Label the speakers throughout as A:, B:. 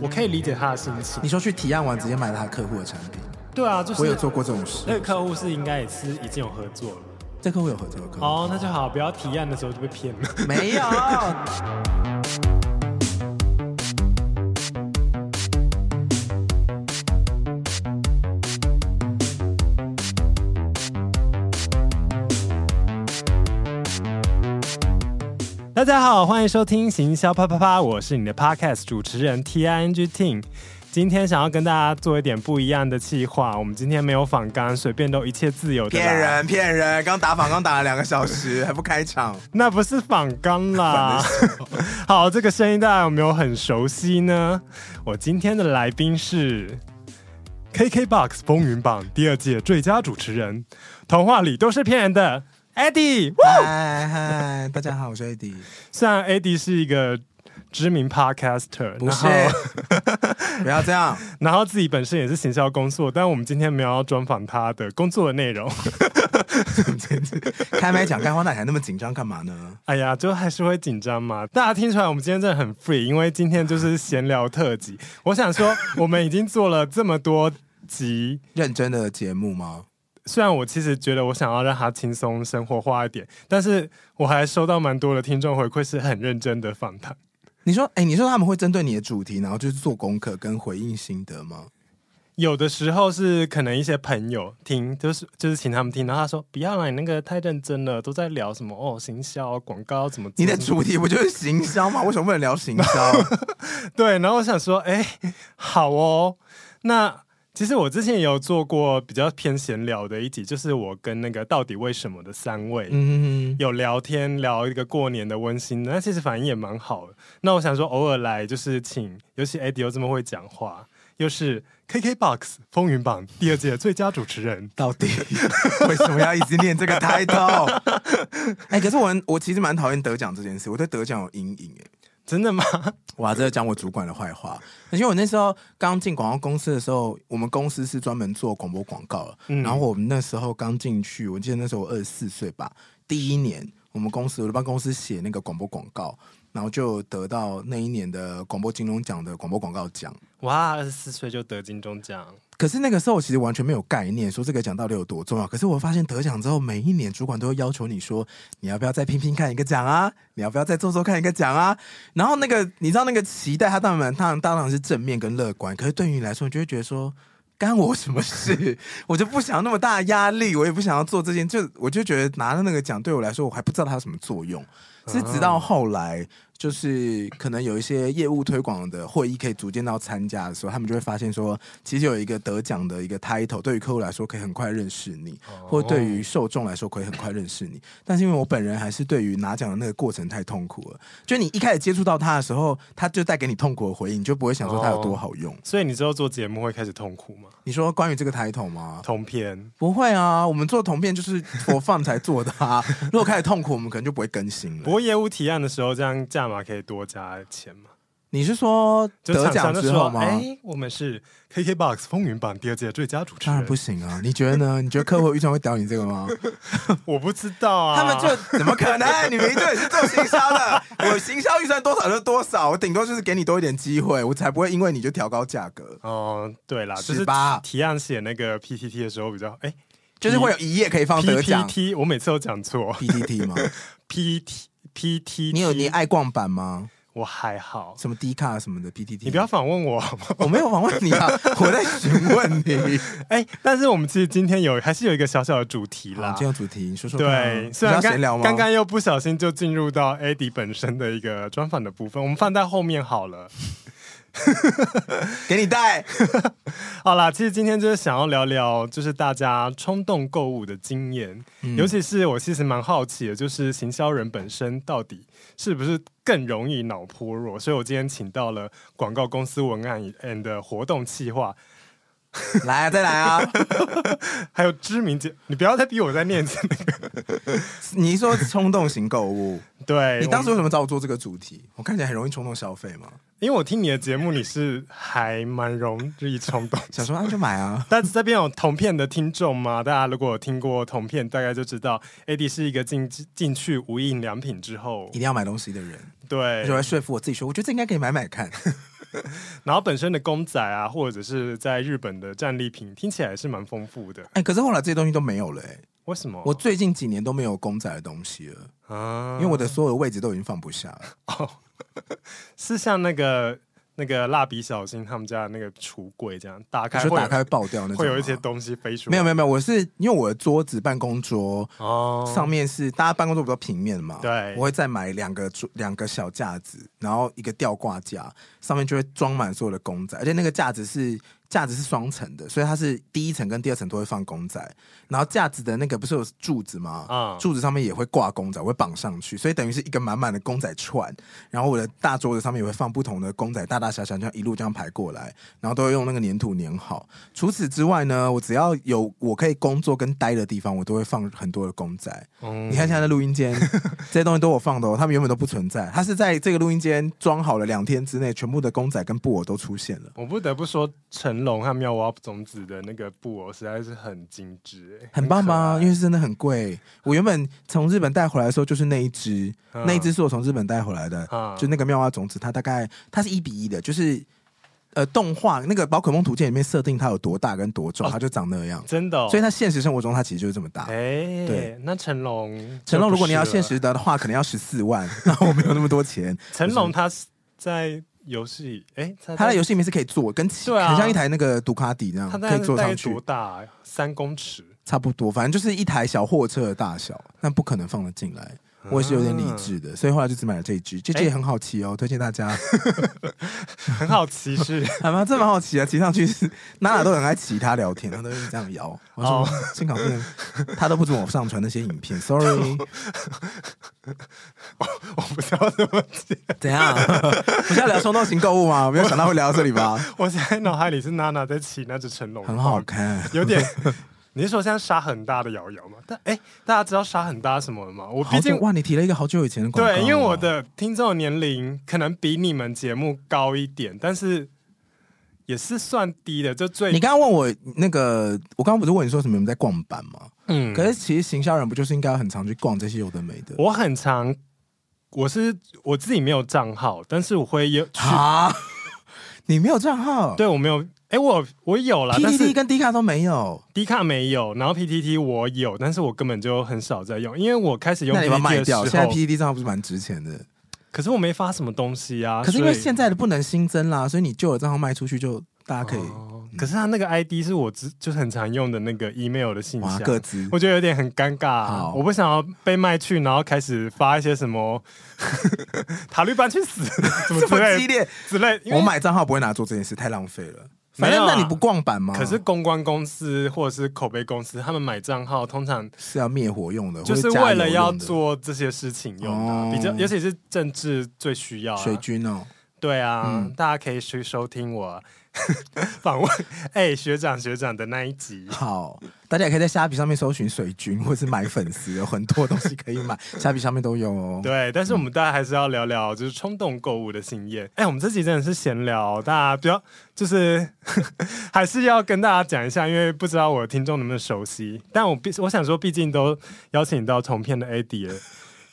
A: 我可以理解他的心情
B: 你。说去提案完直接买他客户的产品，
A: 对啊，就是
B: 我有做过这种事。
A: 那个客户是应该也是已经有合作了。
B: 这客户有合作的客户，
A: 哦，那就好，不要提案的时候就被骗了。
B: 没有。
A: 大家好，欢迎收听《行销啪啪啪》，我是你的 podcast 主持人 T I N G Ting。今天想要跟大家做一点不一样的企划，我们今天没有仿纲，随便都一切自由的啦
B: 骗。人骗人！刚打访刚打了两个小 时，还不开场。
A: 那不是仿纲 啦。好，这个声音大家有没有很熟悉呢？我今天的来宾是 KKBOX 风云榜第二届最佳主持人，童话里都是骗人的 Eddie。
B: 嗨嗨，大家好，我是 AD，
A: 虽然 Eddie 是一个知名 podcaster，
B: 不是
A: 然后，
B: 不要这样。
A: 然后自己本身也是行销工作，但我们今天没有要专访他的工作的内容。
B: 开麦讲干话，那你还那么紧张干嘛呢？
A: 哎呀，就还是会紧张嘛。大家听出来，我们今天真的很 free，因为今天就是闲聊特辑。 我想说，我们已经做了这么多集，
B: 认真的节目吗？
A: 虽然我其实觉得我想要让它轻松生活化一点，但是我还收到蛮多的听众回馈，是很认真的访谈。
B: 你说，哎、你说他们会针对你的主题，然后就是做功课跟回应心得吗？
A: 有的时候是可能一些朋友听，就是就是请他们听，然后他说不要啦，你那个太认真了，都在聊什么哦，行销广告怎么做
B: 你的主题不就是行销吗？为什么不能聊行销？
A: 对，然后我想说，哎，好哦，那其实我之前也有做过比较偏闲聊的一集，就是我跟那个到底为什么的三位。
B: 嗯，
A: 有聊天聊一个过年的温馨的，那其实反应也蛮好的。那我想说，偶尔来就是请，尤其 Eddie 又这么会讲话，又是 KKBOX 风云榜第二届最佳主持人，
B: 到底 为什么要一直念这个 title？哎、可是我很我其实蛮讨厌得奖这件事，我对得奖有阴影哎、
A: 真的吗？
B: 哇，这个讲我主管的坏话。而且我那时候刚进广告公司的时候，我们公司是专门做广播广告的。
A: 嗯
B: 然后我们那时候刚进去，我记得那时候我二十四岁吧，第一年我们公司我的帮公司写那个广播广告，然后就得到那一年的广播金钟奖的广播广告奖。
A: 哇，二十四岁就得金钟奖，
B: 可是那个时候我其实完全没有概念，说这个奖到底有多重要。可是我发现得奖之后，每一年主管都会要求你说，你要不要再拼拼看一个奖啊？ 你要不要再做做看一个奖啊？然后那个你知道那个期待，它当然当然当然是正面跟乐观，可是对于你来说，你就会觉得说。干我什么事？ 我就不想要那么大的压力，我也不想要做这件，就我就觉得拿到那个奖对我来说，我还不知道它有什么作用。是直到后来，就是可能有一些业务推广的会议可以逐渐到参加的时候，他们就会发现说，其实有一个得奖的一个 title，对于客户来说可以很快认识你，
A: 哦
B: 或对于受众来说可以很快认识你。但是因为我本人还是对于拿奖的那个过程太痛苦了，就你一开始接触到他的时候，他就带给你痛苦的回应，你就不会想说他有
A: 哦
B: 多好用。
A: 所以你之后做节目会开始痛苦吗？
B: 你说关于这个 title 吗？
A: 通篇
B: 不会啊，我们做同片就是我放才做的啊。如果开始痛苦，我们可能就不会更新
A: 不
B: 了。
A: 过业务提案的时候，这样价码可以多加钱嘛？
B: 你是说
A: 就
B: 得
A: 厂商
B: 奖
A: 就
B: 之
A: 说
B: 后：“吗？
A: 哎，我们是 KKBOX 风云榜第二届最佳主持
B: 当
A: 人。”
B: 然不行啊！你觉得呢？你 觉得客户预算会屌你这个吗？
A: 我不知道啊。
B: 他们就怎么可能？你们就也是做行销的， 我行销预算多少就多少，我顶多就是给你多一点机会，我才不会因为你就调高价格，
A: 哦，对啦，就是
B: 是吧？
A: 提案写那个 PPT 的时候比较哎
B: 就是会有一页可以放哦得奖
A: PPT，我每次都讲错
B: PPT 吗？
A: PT PPT。
B: 你有你爱逛版吗？
A: 我还好，
B: 什么 D 卡什么的 PPT？
A: 你不要，反问我 好吗？
B: 我没有访问 你啊，我在询问你。
A: 哎，但是我们其实今天有还是有一个小小的主题
B: 好，
A: 啦
B: 今。天有主题，你说说看啊。
A: 对，
B: 你
A: 虽然
B: 要
A: 刚
B: 闲聊吗？
A: 刚刚又不小心就进入到 AD 本身的一个专访的部分，我们放在后面好了。
B: 给你 带，
A: 好啦，其实今天就是想要聊聊，就是大家冲动购物的经验，尤其是我其实蛮好奇的，就是行销人本身到底是不是更容易脑波弱，所以我今天请到了广告公司文案 and 活动企划，
B: 来啊，再来啊！
A: 还有知名节，你不要再逼我再念一 次那个。
B: 你一说冲动型购物，
A: 对，
B: 你当时
A: 我
B: 为什么找我做这个主题？我看起来很容易冲动消费吗？
A: 因为我听你的节目，你是还蛮容易冲 动
B: 想说那就买 啊。
A: 但是这边有同片的听众吗？大家如果有听过同片，大概就知道 AD 是一个进进去无印良品之后
B: 一，定要买东西的人，
A: 对
B: 而且我还说服我自己说，我觉得这应该可以买买看。
A: 然后本身的公仔啊，或者是在日本的战利品，听起来是蛮丰富的。
B: 哎、可是后来这些东西都没有了、哎，
A: 为什么？
B: 我最近几年都没有公仔的东西了，
A: 啊
B: 因为我的所有位置都已经放不下了。
A: 是像那个那个蜡笔小新他们家的那个橱柜这样打开
B: 就
A: 会
B: 打
A: 有，
B: 开会爆掉那种吗，啊
A: 会有一些东西飞出来。
B: 没有没有没有，我是因为我的桌子办公桌
A: 哦，
B: 上面是大家办公桌比较平面嘛，
A: 对
B: 我会再买两个桌两个小架子，然后一个吊挂架，上面就会装满所有的公仔，而且那个架子是架子是双层的，所以它是第一层跟第二层都会放公仔，然后架子的那个不是有柱子吗？
A: 嗯
B: 柱子上面也会挂公仔，我会绑上去，所以等于是一个满满的公仔串，然后我的大桌子上面也会放不同的公仔，大大小小这样一路这样排过来，然后都会用那个粘土粘好。除此之外呢，我只要有我可以工作跟待的地方，我都会放很多的公仔。
A: 嗯
B: 你看现在的录音间，这些东西都我放的哦，他们原本都不存在，它是在这个录音间装好了两天之内，全部的公仔跟布偶都出现了，
A: 我不得不说，成龙和妙蛙种子的那个布偶实在是很精致、哎
B: 很棒吧？因
A: 为
B: 为是真的很贵。我原本从日本带回来的时候就是那一只，那一只是我从日本带回来的，
A: 啊
B: 就那个妙蛙种子，它大概它是一比一的，就是呃动画那个宝可梦图鉴里面设定它有多大跟多重，它就长那样。
A: 真的、哦，
B: 所以它现实生活中它其实就是这么大
A: 哎、。
B: 对
A: 那成龙，
B: 成龙，如果你要现，实的话，可能要十四万， 然后我没有那么多钱。
A: 成龙他是在游戏，哎、他
B: 它在游
A: 戏
B: 戏里面是可以坐，跟骑、
A: 对啊
B: 很像一台那个杜卡迪那样，
A: 他
B: 可
A: 在
B: 以坐
A: 大概
B: 上去
A: 多，大、啊？三公尺，
B: 差不多，反正就是一台小货车的大小，但不可能放得进来。
A: 啊
B: 我也是有点理智的，所以后来就只买了这一
A: 哎
B: 只，这只也很好骑哦，推荐大家。
A: 很好骑士。
B: 还蛮这蛮好骑啊，骑上去是娜娜都很爱骑它聊天，她都是这样摇。我说
A: 哦
B: 新港片，她都不准我上传那些影 片，sorry。
A: 哦我不知道怎么接。
B: 怎样？不是要聊冲动型购物吗？没有想到会聊到这里 吧？
A: 我现在脑海里是娜娜在骑那只成龙，
B: 很好，看，
A: 有点。你是说现在沙很大的瑶瑶吗？但哎、大家知道沙很大是什么吗？我
B: 好
A: 毕
B: 久
A: 竟
B: 哇，你提了一个好久以前的广告哦，
A: 对，因为我的听众年龄可能比你们节目高一点，但是也是算低的，就最
B: 你刚刚问我那个，我刚刚不是问你说什么你们在逛版吗？
A: 嗯
B: 可是其实行销人不就是应该很常去逛这些有的没的？
A: 我很常，我是我自己没有账号，但是我会有去，
B: 啊，你没有账号？
A: 对我没有，哎、我我有啦，但
B: ，PDD
A: 是
B: 跟 D 卡都没有，
A: D 卡没有，然后 PTT 我有，但是我根本就很少在用，因为我开始用
B: 那你把它
A: PTT
B: 卖
A: 的时
B: 掉。现在
A: 候，
B: PDD 账号不是蛮值钱的，
A: 可是我没发什么东西啊，
B: 可是因为
A: 所以
B: 现在的不能新增啦，所以你旧的账号卖出去就大家可以
A: 哦可是他那个 ID 是我之就是很常用的那个 email 的信
B: 划
A: 箱，
B: 各自。
A: 我觉得有点很尴尬、啊
B: 好
A: 我不想要被卖去，然后开始发一些什 么塔利班去死什么
B: 这
A: 之
B: 么
A: 类
B: 激
A: 的
B: 烈，
A: 之类的。因为
B: 我买账号不会拿来做这件事，太浪费了。反
A: 没有
B: 正
A: 啊
B: 那你不逛版吗？
A: 可是公关公司或者是口碑公司，他们买账号通常
B: 是要灭火用的，
A: 就
B: 或
A: 是
B: 者加油
A: 为了要
B: 用的
A: 做这些事情用的啊、
B: 哦
A: 比较尤其是政治最需要、啊。
B: 水军哦。
A: 对啊，
B: 嗯
A: 大家可以去收听我 访问 哎、学长学长的那一集。
B: 哦好，大家也可以在虾皮上面搜寻水军，或者是买粉丝，有很多东西可以买，虾皮上面都有哦。
A: 对，但是我们大家还是要聊聊就是冲动购物的经验。哎，我们这集真的是闲聊，大家不要就是 还是要跟大家讲一下，因为不知道我的听众能不能熟悉。但我毕我想说，毕竟都邀请到同片的 AD 了，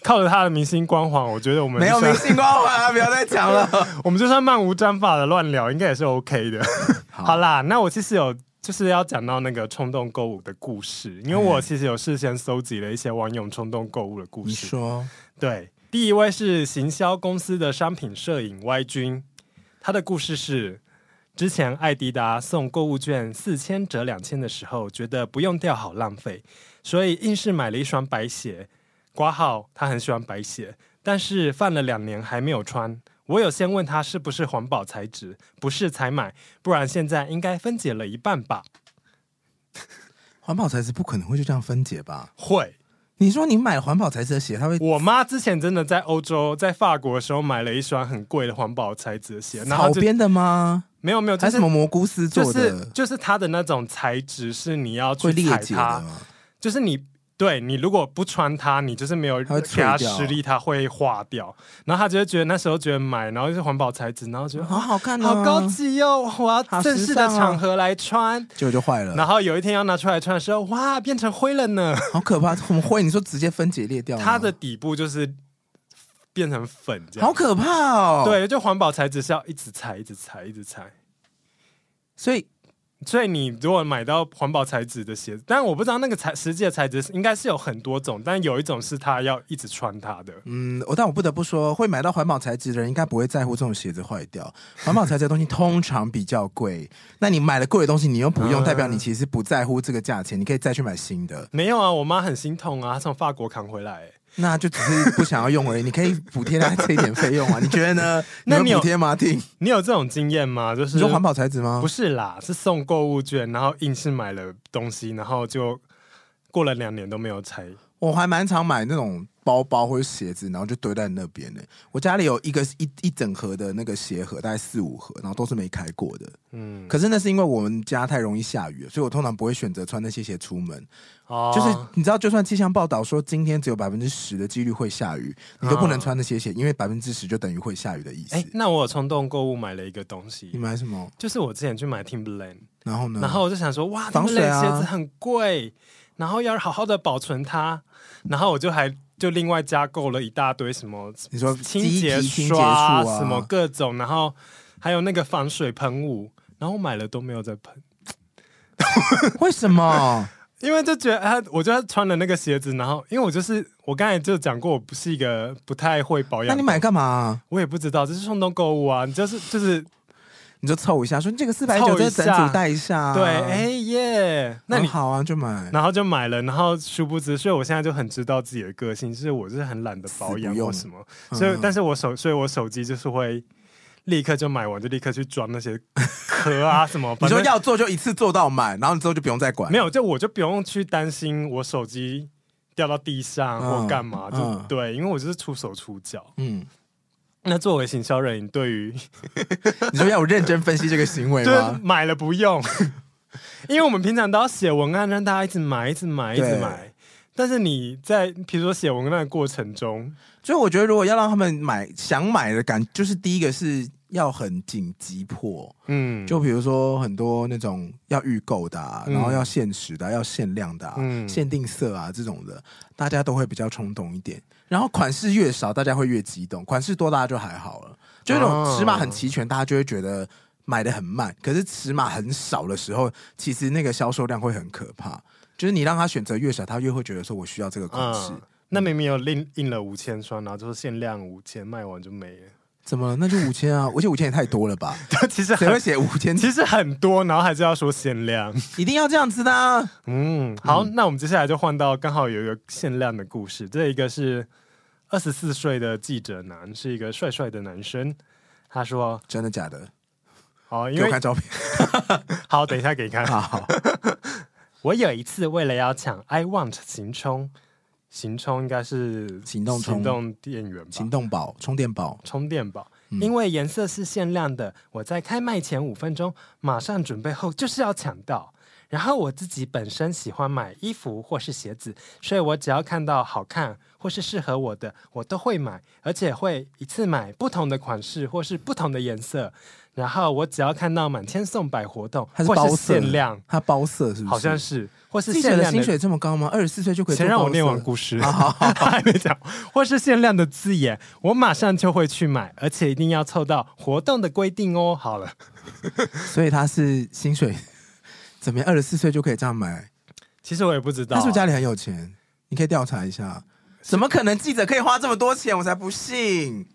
A: 靠着他的明星光环，我觉得我们
B: 没有
A: 就算
B: 明星光环啊，不要再讲了。
A: 我们就算漫无章法的乱聊，应该也是 OK 的。
B: 好
A: 好啦，那我其实有就是要讲到那个冲动购物的故事，因为我其实有事先搜集了一些网友冲动购物的故
B: 你
A: 事。
B: 说
A: 对，第一位是行销公司的商品摄影 Y 君，他的故事是：之前艾迪达送购物券四千折两千的时候，觉得不用掉好浪费，所以硬是买了一双白鞋。挂号他很喜欢白鞋，但是放了两年还没有穿。我有先问他是不是环保材质，不是才买，不然现在应该分解了一半吧？
B: 环保材质不可能会就这样分解吧？
A: 会，
B: 你说你买环保材质的鞋，它会
A: 我妈之前真的在欧洲，在法国的时候买了一双很贵的环保材质的鞋，然后
B: 草
A: 就
B: 编的吗？
A: 没有没有，就
B: 还
A: 是
B: 是什么蘑菇丝
A: 就
B: 做
A: 是
B: 的？
A: 就是它的那种材质是你要去
B: 会裂
A: 踩
B: 解的
A: 它，
B: 吗？
A: 就是你对你如果不穿它，你就是没有
B: 它会
A: 给它
B: 脆掉
A: 施力，它会化掉。然后他就会觉得那时候觉得买，然后就是环保材质，然后觉得、
B: 好好看哦，
A: 好高，级哦，我要
B: 好时尚哦
A: 正式的场合来穿。
B: 结果就坏了，
A: 然后有一天要拿出来穿的时候，哇，变成灰了呢。
B: 哦好可怕！我们会你说直接分解裂掉吗，
A: 它的底部就是变成粉这样。
B: 好可怕哦！，
A: 对，就环保材质是要一直踩、一直踩、一直踩。
B: 所以
A: 所以你如果买到环保材质的鞋子，但我不知道那个材实际的材质是应该是有很多种，但有一种是它要一直穿它的。
B: 嗯，我但我不得不说，会买到环保材质的人应该不会在乎这种鞋子坏掉。环保材质的东西通常比较贵，那你买了贵的东西你又不
A: 嗯
B: 用，代表你其实不在乎这个价钱，你可以再去买新的，
A: 没有啊，我妈很心痛啊，她从法国扛回来、欸
B: 那就只是不想要用而已。你可以补贴他这一点费 用啊，你觉得呢？
A: 那你
B: 会
A: 有
B: 补贴吗？听，
A: 你有这种经验吗？就是
B: 你说环保材质吗
A: 不？是啦，是送购物券，然后硬是买了东西，然后就过了两年都没有拆。
B: 我还蛮常买那种包包或者鞋子，然后就堆在那边的、我家里有一个一一整盒的那个鞋盒，大概四五盒，然后都是没开过的。
A: 嗯，
B: 可是那是因为我们家太容易下雨了，所以我通常不会选择穿那些鞋出门。
A: 哦
B: 就是你知道，就算气象报道说今天只有百分之十的几率会下雨，你都不能穿那些鞋，因为百分之十就等于会下雨的意思。
A: 啊哎、那我有冲动购物买了一个东西
B: 你，买什么？
A: 就是我之前去买 Timberland，、
B: 然后呢？
A: 然后我就想说，哇，
B: 嗯防水
A: Timberland
B: 啊
A: 鞋子很贵，然后要好好的保存它，然后我就还就另外加购了一大堆什么
B: 你说
A: 清
B: 鸡
A: 洁
B: 皮清洁
A: 刷、
B: 术啊，
A: 什么 各种，然后还有那个防水喷雾，然后我买了都没有在喷。
B: 为什么？
A: 因为就觉得他，我觉得他穿了那个鞋子，然后因为我就是我刚才就讲过，我不是一个不太会保养。
B: 那你买，干嘛、
A: 我也不知道，这是冲动购物啊，你就是就是、
B: 你就凑一下，说你这个四百九，
A: 凑一
B: 这
A: 下
B: 整组带一下啊、
A: 对，哎耶，那
B: 那你
A: 你、
B: 好啊，就买。
A: 然后就买了，然后殊不知，所以我现在就很知道自己的个性，就是我就是很懒得保养
B: 死不用
A: 或什么，所以、
B: 嗯
A: 但是我手，所以我手机就是会立刻就买完，就立刻去装那些壳啊什么，
B: 你
A: 反
B: 说
A: 正
B: 要做就一次做到满，然后你之后就不用再管。
A: 没有，就我就不用去担心我手机掉到地上
B: 嗯
A: 或干嘛，就、
B: 嗯
A: 对，因为我就是出手出脚。
B: 嗯，
A: 那作为行销人，你对于
B: 你说要有认真分析这个行为
A: 就是
B: 吗？
A: 买了不用， 因为我们平常都要写文案，让大家一直买、一直买、一
B: 对
A: 直买。但是你在比如说写文案的过程中，
B: 所以我觉得，如果要让他们买想买的感，就是第一个是要很紧急迫，
A: 嗯，
B: 就比如说很多那种要预购的、啊，
A: 嗯
B: 然后要限时的啊、要限量的、啊、
A: 嗯
B: 限定色啊这种的，大家都会比较冲动一点。然后款式越少，大家会越激动；款式多，大家就还好了。就那种
A: 哦
B: 尺码很齐全，大家就会觉得买的很慢。可是尺码很少的时候，其实那个销售量会很可怕。就是你让他选择越少，他越会觉得说我需要这个款式。
A: 嗯，那明明有印印了五千双，然后就是限量五千，卖完就没了。
B: 怎么了？那就五千啊！而且五千也太多了吧？
A: 其实
B: 谁会
A: 很
B: 写五千？
A: 其实很多，然后还是要说限 量。
B: 一定要这样子的、啊。
A: 嗯，好，那我们接下来就换到刚好有一个限量的故事，这一个是二十四岁的记者男，是一个帅帅的男生。他说
B: 真的假的？：“
A: 哦，因
B: 给我
A: 为
B: 看照片。
A: 好，等一下给你看。
B: 好好，
A: 我有一次为了要抢 I Want 行充，行充应该是
B: 行动充
A: 行动电源吧
B: 行，动宝、充电宝，
A: 充电宝。
B: 嗯
A: 因为颜色是限量的，我在开卖前五分钟马上准备后就是要抢到。然后我自己本身喜欢买衣服或是鞋子，所以我只要看到好看或是适合我的，我都会买，而且会一次买不同的款式或是不同的颜色。然后我只要看到满千送百活动
B: 它是
A: 或
B: 包
A: 是
B: 色
A: 限量，
B: 它包色是不是？
A: 好像是，或是
B: 记者
A: 限
B: 的
A: 量
B: 薪
A: 的
B: 水这么高吗？二十四岁就可以做
A: 先
B: 包色？
A: 让我念完故事，
B: 啊好好
A: 还没讲，或是限量的字眼，我马上就会去买，而且一定要凑到活动的规定哦。好了，
B: 所以他是薪水怎么样？二十四岁就可以这样买？
A: 其实我也不知道、啊
B: 他是不是家里很有钱？你可以调查一下。怎么可能记者可以花这么多钱？我才不信！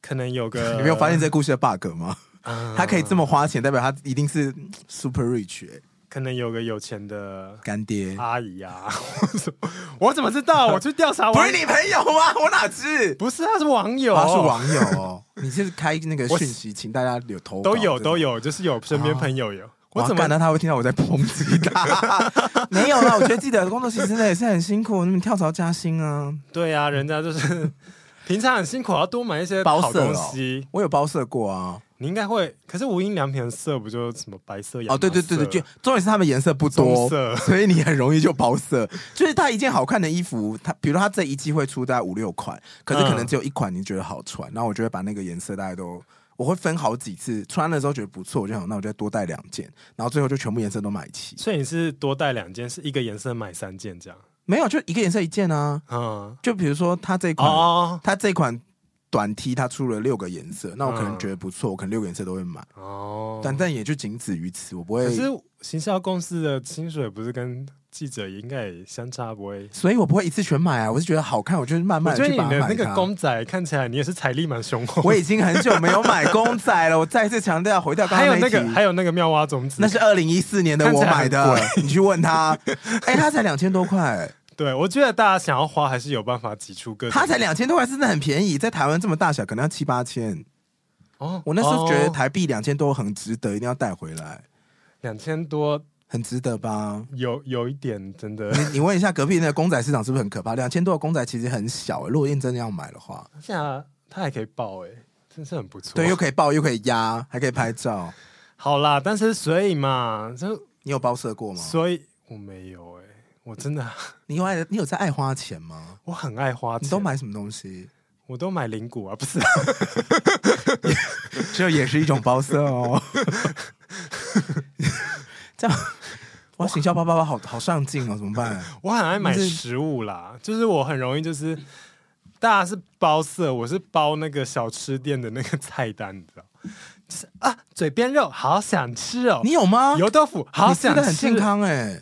A: 可能有个，
B: 你没有发现这故事的 bug 吗？
A: 嗯
B: 他可以这么花钱，代表他一定是嗯 super rich 欸
A: 可能有个有钱的
B: 干爹，
A: 阿姨啊，我怎么我怎么知道？我去调查
B: 不
A: 网
B: 是，你朋友吗？我哪知？
A: 不是他是网友，
B: 他是网友哦，你是开那个
A: 我
B: 讯息，请大家有投稿
A: 都有
B: 这种
A: 都有，就是有身
B: 啊
A: 边朋友有，我
B: 哇
A: 怎
B: 干
A: 么
B: 那他会听到我在抨击他？ 没有啦，我觉得记者的工作其实真的也是很辛苦，你们跳槽加薪 啊，
A: 对啊？人家就是 平常很辛苦，要多买一些
B: 包
A: 好
B: 色
A: 东
B: 哦
A: 西。
B: 我有包色过啊。
A: 你应该会，可是无印良品的色不就什么白色、亚麻
B: 哦，对对对对，
A: 色
B: 就重点是他们颜色不多
A: 棕，色
B: 所以你很容易就包色。就是他一件好看的衣服，他比如他这一季会出大概五六款，可是可能
A: 嗯
B: 只有一款你觉得好穿，然后我就会把那个颜色大概都。我会分好几次，穿了之后觉得不错，我就想那我就多带两件，然后最后就全部颜色都买齐。
A: 所以你是多带两件，是一个颜色买三件这样？
B: 没有，就一个颜色一件啊。
A: 嗯，
B: 就比如说它这一款，
A: 哦
B: 它这款短 T 它出了六个颜色，那我可能
A: 嗯
B: 觉得不错，我可能六个颜色都会买，
A: 哦，
B: 但但也就仅此于此，我不
A: 可
B: 会，
A: 是行销公司的薪水不是跟记者应该也相差不会？
B: 所以我不会一次全买啊，我是觉得好看，我就是慢
A: 我
B: 慢
A: 觉得
B: 地
A: 你
B: 去把
A: 的
B: 它
A: 那
B: 买
A: 个
B: 它。
A: 公仔看起来你也是财力蛮雄厚，
B: 我已经很久没有买公仔了，我 再次强调，回到刚
A: 还
B: 刚
A: 有
B: 一
A: 那个
B: 题
A: 还有那个妙蛙种子，
B: 那是二零一四年的我买的
A: 看起来，
B: 你去 问他，哎、他才两千多块，
A: 对我觉得大家想要花还是有办法挤出个，
B: 他才两千多块，真的很便宜，在台湾这么大小，可能要七八千。
A: 哦，
B: 我那时候觉得台币两千多很值得，一定要带回来，
A: 两千多
B: 很值得吧？
A: 有有一点真的，
B: 你你问一下隔壁那个公仔市场是不是很可怕？两千多的公仔其实很小、欸如果认真的要买的话，
A: 现在它还可以爆哎、真是很不错。
B: 对，又可以抱又可以压，还可以拍照。
A: 好啦，但是所以嘛，就
B: 你有包色过吗？
A: 所以我没有哎、我真的
B: 你有爱你有在爱花钱吗？
A: 我很爱花钱，
B: 你都买什么东西？
A: 我都买零股啊，不 是
B: 这也是一种包色哦。 这样，哇，行销包包包好好上进哦，怎么办？
A: 我很爱买
B: 你是
A: 食物啦，就是我很容易就是。大家是包色，我是包那个小吃店的那个菜单，你知道？就是啊，嘴边肉好想吃哦，
B: 你有吗？
A: 油豆腐好
B: 你吃
A: 想吃，
B: 的很健康哎、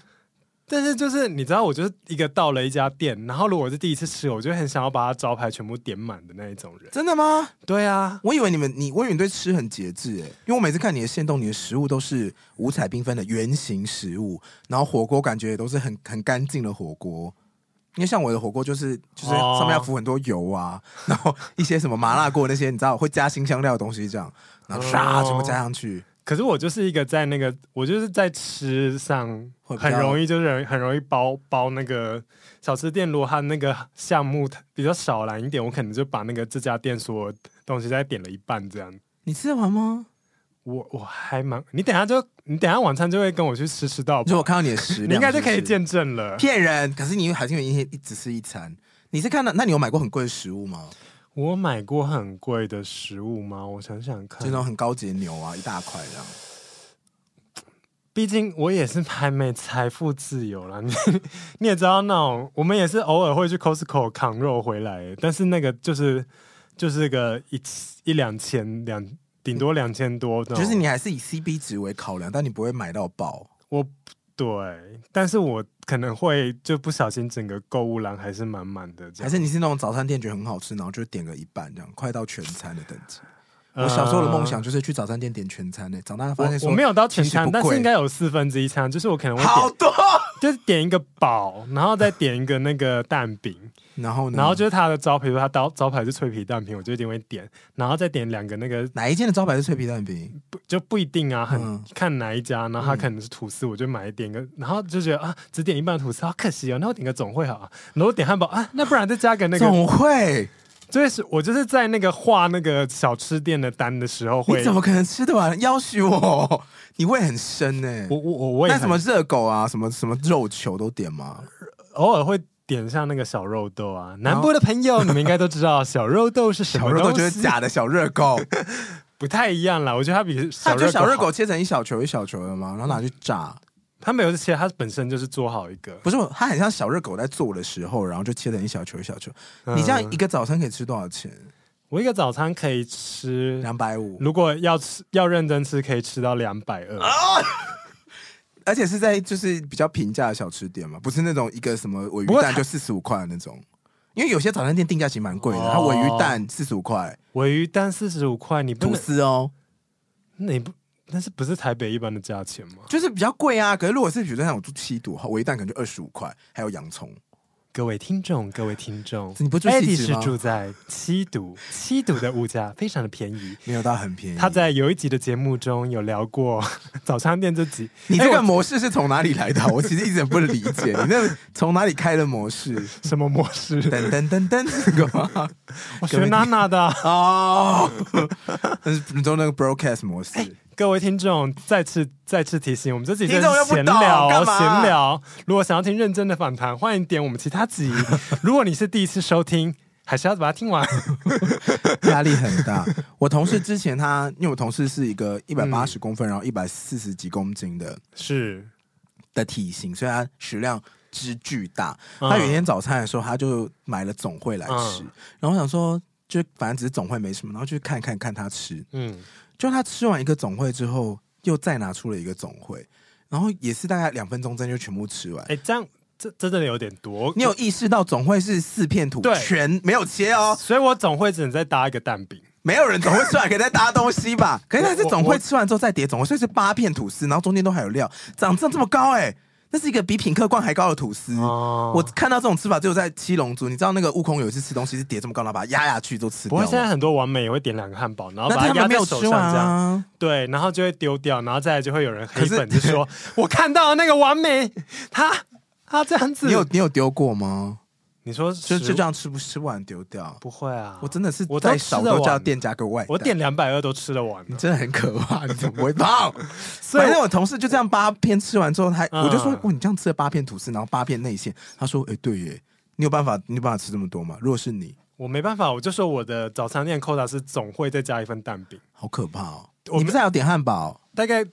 A: 但是就是你知道，我就是一个到了一家店，然后如果我是第一次吃，我就很想要把它招牌全部点满的那一种人。
B: 真的吗？
A: 对啊，
B: 我以为你们你，我以为你对吃很节制哎，因为我每次看你的线动，你的食物都是五彩缤纷的圆形食物，然后火锅感觉也都是很很干净的火锅。因为像我的火锅就是就是
A: 哦
B: 上面要浮很多油啊，然后一些什么麻辣锅那些你知道会加新香料的东西这样，然后唰
A: 哦
B: 全部加上去，
A: 可是我就是一个在那个，我就是在吃上
B: 会比较
A: 很容易就是很容易包包那个小吃店，如果它那个项目比较少蓝一点，我可能就把那个这家店所有东西再点了一半这样。
B: 你吃得完吗？
A: 我我还蛮，你等一下就你等一下晚餐就会跟我去吃吃到
B: 你说
A: 饱
B: 我，看到你的食量，
A: 你应该就可
B: 是
A: 以
B: 不是
A: 见证了。
B: 骗人，可是你还是因为一天一只吃一餐，你是看到那你有买过很贵的食物吗？
A: 我买过很贵的食物吗？我想想看，
B: 就那种很高级的牛啊，一大块这样。
A: 毕竟我也是还没财富自由啦，你 你也知道那种，我们也是偶尔会去 Costco 扛肉回来，但是那个就是就是个一一两千两，顶多两千多的。
B: 就是你还是以 CB 值为考量，但你不会买到爆。
A: 我对，但是我可能会就不小心整个购物篮还是满满的这
B: 还
A: 样。
B: 是你是那种早餐店觉得很好吃，然后就点个一半这样，快到全餐的等级。
A: 呃
B: 我小时候的梦想就是去早餐店点全餐呢、长大发现
A: 我
B: 说
A: 我没有到全
B: 其实
A: 餐
B: 不，
A: 但
B: 贵
A: 是应该有四分之一餐，就是我可能会
B: 好
A: 点，
B: 多。
A: 就是点一个堡，然后再点一个那个蛋饼，
B: 然后呢？
A: 然后就是它的招牌，比如它招招牌是脆皮蛋饼，我就一定会点，然后再点两个那个
B: 哪一间的招牌是脆皮蛋饼？
A: 不就不一定啊，很、
B: 嗯
A: 看哪一家，然后它可能是吐司，我就买一点个，然后就觉得啊，只点一半吐司，好可惜哦，那我点个总会好啊，然后点汉堡啊，那不然再加个那个，
B: 总会？
A: 就是我就是在那个画那个小吃店的单的时候
B: 你
A: 会，
B: 怎么可能吃得完？要许我，你胃很深呢、
A: 我我我我也
B: 那
A: 很
B: 什么热狗啊，什么什么肉球都点吗？
A: 偶尔会。点像那个小肉豆啊，南部的朋友、你们应该都知道，小肉豆是什
B: 哦小
A: 么
B: 热狗
A: 东
B: 就
A: 西？
B: 是假的小 热狗，
A: 不太一样啦，我觉得它比
B: 它
A: 小
B: 就
A: 热
B: 小热
A: 好
B: 狗，切成一小球一小球的嘛，然后拿去炸。
A: 它没有切，它本身就是做好一个。
B: 不是，它很像小热狗在做的时候，然后就切成一小球一小球。你这样
A: 嗯
B: 一个早餐可以吃多少钱？
A: 我一个早餐可以吃，
B: 两百五，
A: 如果要吃要认真吃，可以吃到两百二。
B: 而且是在就是比较平价的小吃店嘛，不是那种一个什么尾
A: 不
B: 鱼
A: 过
B: 蛋
A: 它
B: 就四十五块的那种。因为有些早餐店定价其实蛮贵的，
A: 哦
B: 它尾鱼蛋四十五块，
A: 尾鱼蛋四十五块，你不
B: 吐
A: 能
B: 司哦，
A: 你不那是不是台北一般的价钱吗？
B: 就是比较贵啊。可是如果是比如说像我住七度，尾鱼蛋可能就二十五块，还有洋葱。
A: 各位听众，各位听众，
B: 你不住
A: e
B: 汐
A: d
B: 止
A: 是
B: 吗
A: 住在七 堵，七堵的物价非常的便宜。
B: 没有到很便 宜。
A: 他在有一集的节目中有聊过 早餐店这集，
B: 你
A: 哎
B: 这个
A: 我
B: 模式是从哪里来的啊？我其实一直很不理解，你那从哪里开的 模式？
A: 什么模式？
B: 噔噔噔噔，这个吗？
A: 我学娜娜的啊、
B: 哦， 那是你知道那个 broadcast 模式，
A: 各位听众，再次再次提醒，我们这几天
B: 听众又不
A: 闲
B: 懂
A: 聊
B: 干
A: 哦，
B: 嘛
A: 闲聊。如果想要听认真的访谈，欢迎点我们其他集。 如果你是第一次收听，还是要把它听完。
B: 压力很 大。我同事之前他，因为我同事是一个
A: 嗯
B: 一百八十公分，然后一百四十几公斤的
A: 是，
B: 的体型，所以他食量之巨大。
A: 嗯
B: 他有一天早餐的时候，他就买了总会来吃，
A: 嗯
B: 然后我想说，就反正只是总会没什么，然后去看看看他吃。
A: 嗯
B: 就他吃完一个总会之后，又再拿出了一个总会，然后也是大概两分钟之内就全部吃完。
A: 哎、这样这这真的有点多。
B: 你有意识到总会是四片土，
A: 对
B: 全没有切哦，
A: 所以我总会只能再搭一个蛋饼。
B: 没有人总会吃完可以再搭东 西吧？可是他是总会吃完之后再叠总会，所以是八片吐司，然后中间都还有料，长这样这么高哎、那是一个比品客罐还高的吐司。
A: 哦
B: 我看到这种吃法只有在七龙珠，你知道那个悟空有一次吃东西是叠这么高，然后把它压下去都吃
A: 不
B: 掉
A: 过
B: 了。
A: 现在很多完美也会点两个汉堡，然后
B: 那
A: 把
B: 他
A: 它
B: 们
A: 压在
B: 没有
A: 手
B: 吃
A: 上
B: 完
A: 这样，
B: 啊？
A: 对，然后就会丢掉，然后再来就会有人黑
B: 可是
A: 粉就 说：“我看到了那个完美，他他这样子。”
B: 你有你有丢过吗？
A: 你说
B: 就
A: 食
B: 就这样吃不吃不完丢掉？
A: 不会啊？
B: 我真的是
A: 我都
B: 再
A: 吃
B: 少
A: 得
B: 都叫
A: 完
B: 店家给我外带。
A: 我点两百二都吃得完
B: 你
A: 了，
B: 真的很可怕，你怎 么会胖？
A: 所以
B: 反正我同事就这样八片吃完之后，他
A: 嗯
B: 我就说，哇，你这样吃了八片吐司，然后八片内馅。他说，哎，对耶，你有办法，你有办法吃这么多吗？如果是你，
A: 我没办法，我就说我的早餐店扣打是总会再加一份蛋饼，
B: 好可怕哦！
A: 我
B: 你不是还有点汉堡
A: 大概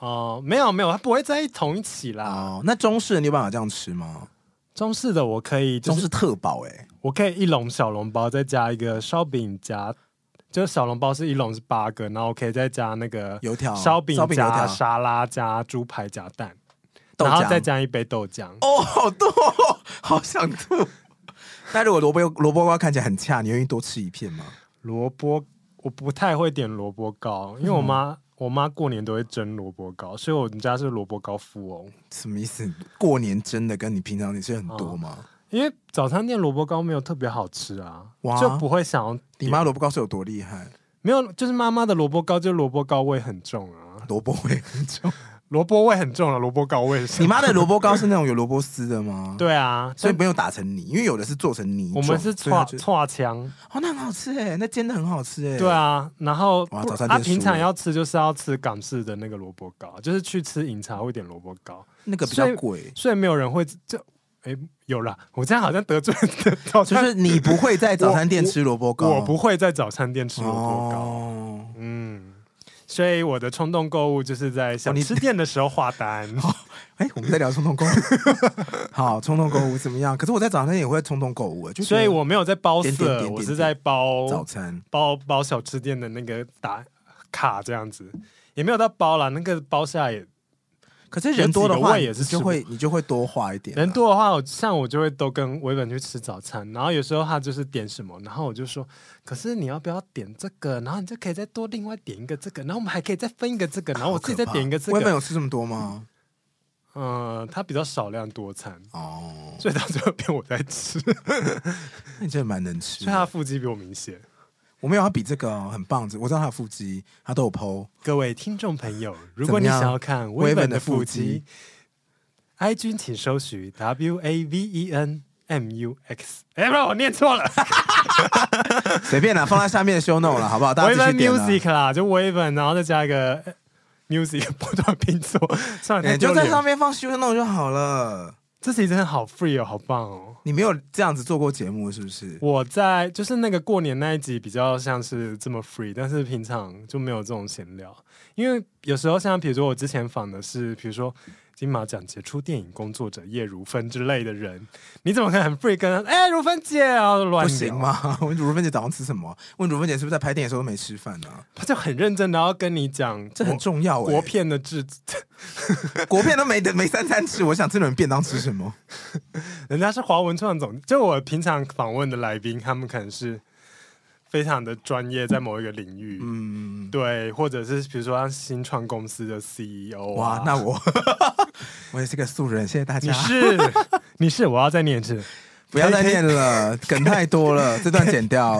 A: 哦、没有没有，它不会在同一起啦。
B: 哦？那中式的你有办法这样吃吗？
A: 中式的我可以，就
B: 中
A: 是
B: 式特堡哎，
A: 我可以一笼小笼包，再加一个烧饼夹，就是小笼包是一笼是八个，然后我可以再加那个
B: 油条、
A: 烧饼
B: 烧饼、油
A: 夹
B: 条、
A: 沙拉加猪排夹蛋，
B: 豆
A: 然后
B: 浆
A: 再加一杯豆浆。
B: 哦，好多哦，好想吐。那如果萝卜萝卜糕看起来很恰，你愿意多吃一片吗？
A: 萝卜我不太会点萝卜糕，因为我妈、我妈过年都会蒸萝卜糕，所以我们家是萝卜糕富翁。
B: 什么意思？过年真的跟你平常你吃很多
A: 嗯
B: 吗？
A: 因为早餐店萝卜糕没有特别好吃啊
B: 哇，
A: 就不会想要点
B: 你妈萝卜糕是有多厉害？
A: 没有，就是妈妈的萝卜糕，就萝卜糕味很重啊，
B: 萝卜味很重。
A: 萝卜味很重啊，萝卜糕味是什
B: 你
A: 么。
B: 妈的萝卜糕是那种有萝卜丝的吗？，
A: 对啊，
B: 所以
A: 但
B: 没有打成泥，因为有的是做成泥
A: 我
B: 状。
A: 们是
B: 所以它
A: 串
B: 就
A: 串枪，
B: 哦，那很好吃哎，那煎的很好吃哎。
A: 对，啊，然后
B: 哇
A: 不
B: 早餐
A: 啊，
B: 店
A: 平
B: 输
A: 常
B: 了
A: 要吃就是要吃港式的那个萝卜糕，就是去吃饮茶会点萝卜糕，
B: 那个比
A: 所
B: 较
A: 以
B: 贵。
A: 所以没有人会就哎有了，我这样好像得罪了早
B: 就
A: 餐，
B: 是你不会在早餐店吃萝卜糕，
A: 我不会在早餐店吃萝卜糕，
B: 哦
A: 嗯。所以我的冲动购物就是在想
B: 哦你
A: 吃店的时候画 单，
B: 哎、我们在聊冲动 购物。好，冲动购物怎么样？可是我在早餐店也会冲动购物，哎就觉
A: 所
B: 得
A: 以我没有在包
B: 点点
A: 色，
B: 点
A: 我
B: 点
A: 是在包
B: 早餐
A: 包包小吃店的那个打卡这样子，也没有到包啦，那个包下来也
B: 可是人多的
A: 有几个
B: 话，
A: 胃也是
B: 你
A: 吃
B: 就
A: 不
B: 会你就会多花一点啊、
A: 人多的话，我像我就会都跟维本去吃早餐，然后有时候他就是点什么，然后我就说，可是你要不要点这个？然后你就可以再多另外点一个这个，然后我们还可以再分一个这 个，然后我自己再点一个这
B: 我本
A: 个。
B: 有吃这么多吗？
A: 嗯、他比较少量多餐，
B: 哦，
A: 所以到最后变我在吃，
B: 那你真的蛮能
A: 所
B: 吃
A: 以
B: 的。
A: 他的腹肌比我明显。
B: 我没有他比这个、哦、很棒，我知道他的腹肌，他都有 PO。
A: 各位听众朋友，如果你
B: 怎么样
A: 想要看维本的腹
B: 威
A: 肌，I G 请搜寻 W A V E N M U X。哎，不，我念错了，
B: 随便啦，放在下面的 show note 了，好不好？大
A: 维
B: 家
A: 本
B: 继续点啦。啊
A: Music 啦，就维本，然后再加一个 呃 Music，不断拼错，算了，
B: 哎
A: 太
B: 就
A: 丢
B: 在
A: 脸
B: 上。面放 show note 就好了。
A: 这集真的好 free 哦，好棒哦！
B: 你没有这样子做过节目是不是？
A: 我在就是那个过年那一集比较像是这么 free，但是平常就没有这种闲聊，因为有时候像比如说我之前访的是比如说金马奖杰出电影工作者叶如芬之类的人，你怎么可能很 free 跟他哎、如芬姐啊乱聊
B: 不行？吗？ 问如芬姐早上吃什么？问如芬姐是不是在拍电影的时候都没吃饭呢、
A: 他就很认真的要跟你讲，
B: 这很重 要、欸。
A: 国片的制，
B: 国片都没得没三餐吃，我想吃你们便当吃什么？
A: 人家是华文创总，就我平常访问的来宾，他们可能是非常的专业，在某一个领域，
B: 嗯，
A: 对，或者是比如说像新创公司的 CEO
B: 哇
A: 啊，，
B: 那我 我也是个素人，谢谢大
A: 你
B: 家。
A: 是你是，我要再念一次。
B: 不要再念了，梗太多了，这段 剪掉。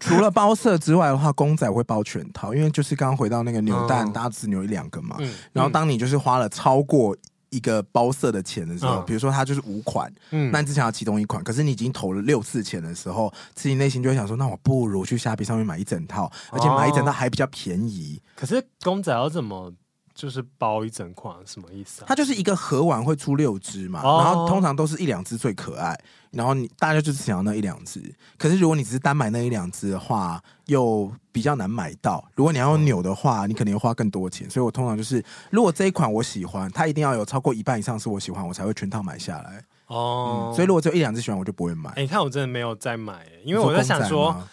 B: 除了包色之外的话，公仔我会包全套，因为就是刚刚回到那个扭蛋，
A: 嗯
B: 大家只扭一两个嘛。
A: 嗯
B: 然后当你就是花了超过。一个包色的钱的时候，
A: 嗯
B: 比如说它就是五款，
A: 嗯
B: 那你只想要其中一款，可是你已经投了六次钱的时候，自己内心就会想说，那我不如
A: 哦
B: 去虾皮上面买一整套，而且买一整套还比较便宜。
A: 可是公仔要怎么就是包一整款，什么意思啊
B: 它？就是一个盒碗会出六只嘛，
A: 哦
B: 然后通常都是一两只最可爱，然后你大家就是想要那一两只。可是如果你只是单买那一两只的话，又比较难买到。如果你要用扭的话，你可能要花更多钱。所以我通常就是，如果这一款我喜欢，它一定要有超过一半以上是我喜欢，我才会全套买下来。
A: 哦，
B: 所以如果只有一两只喜欢，我就不会买。
A: 哎，你看我真的没有在买，哎因为
B: 你
A: 我在想
B: 公仔
A: 说，
B: 吗，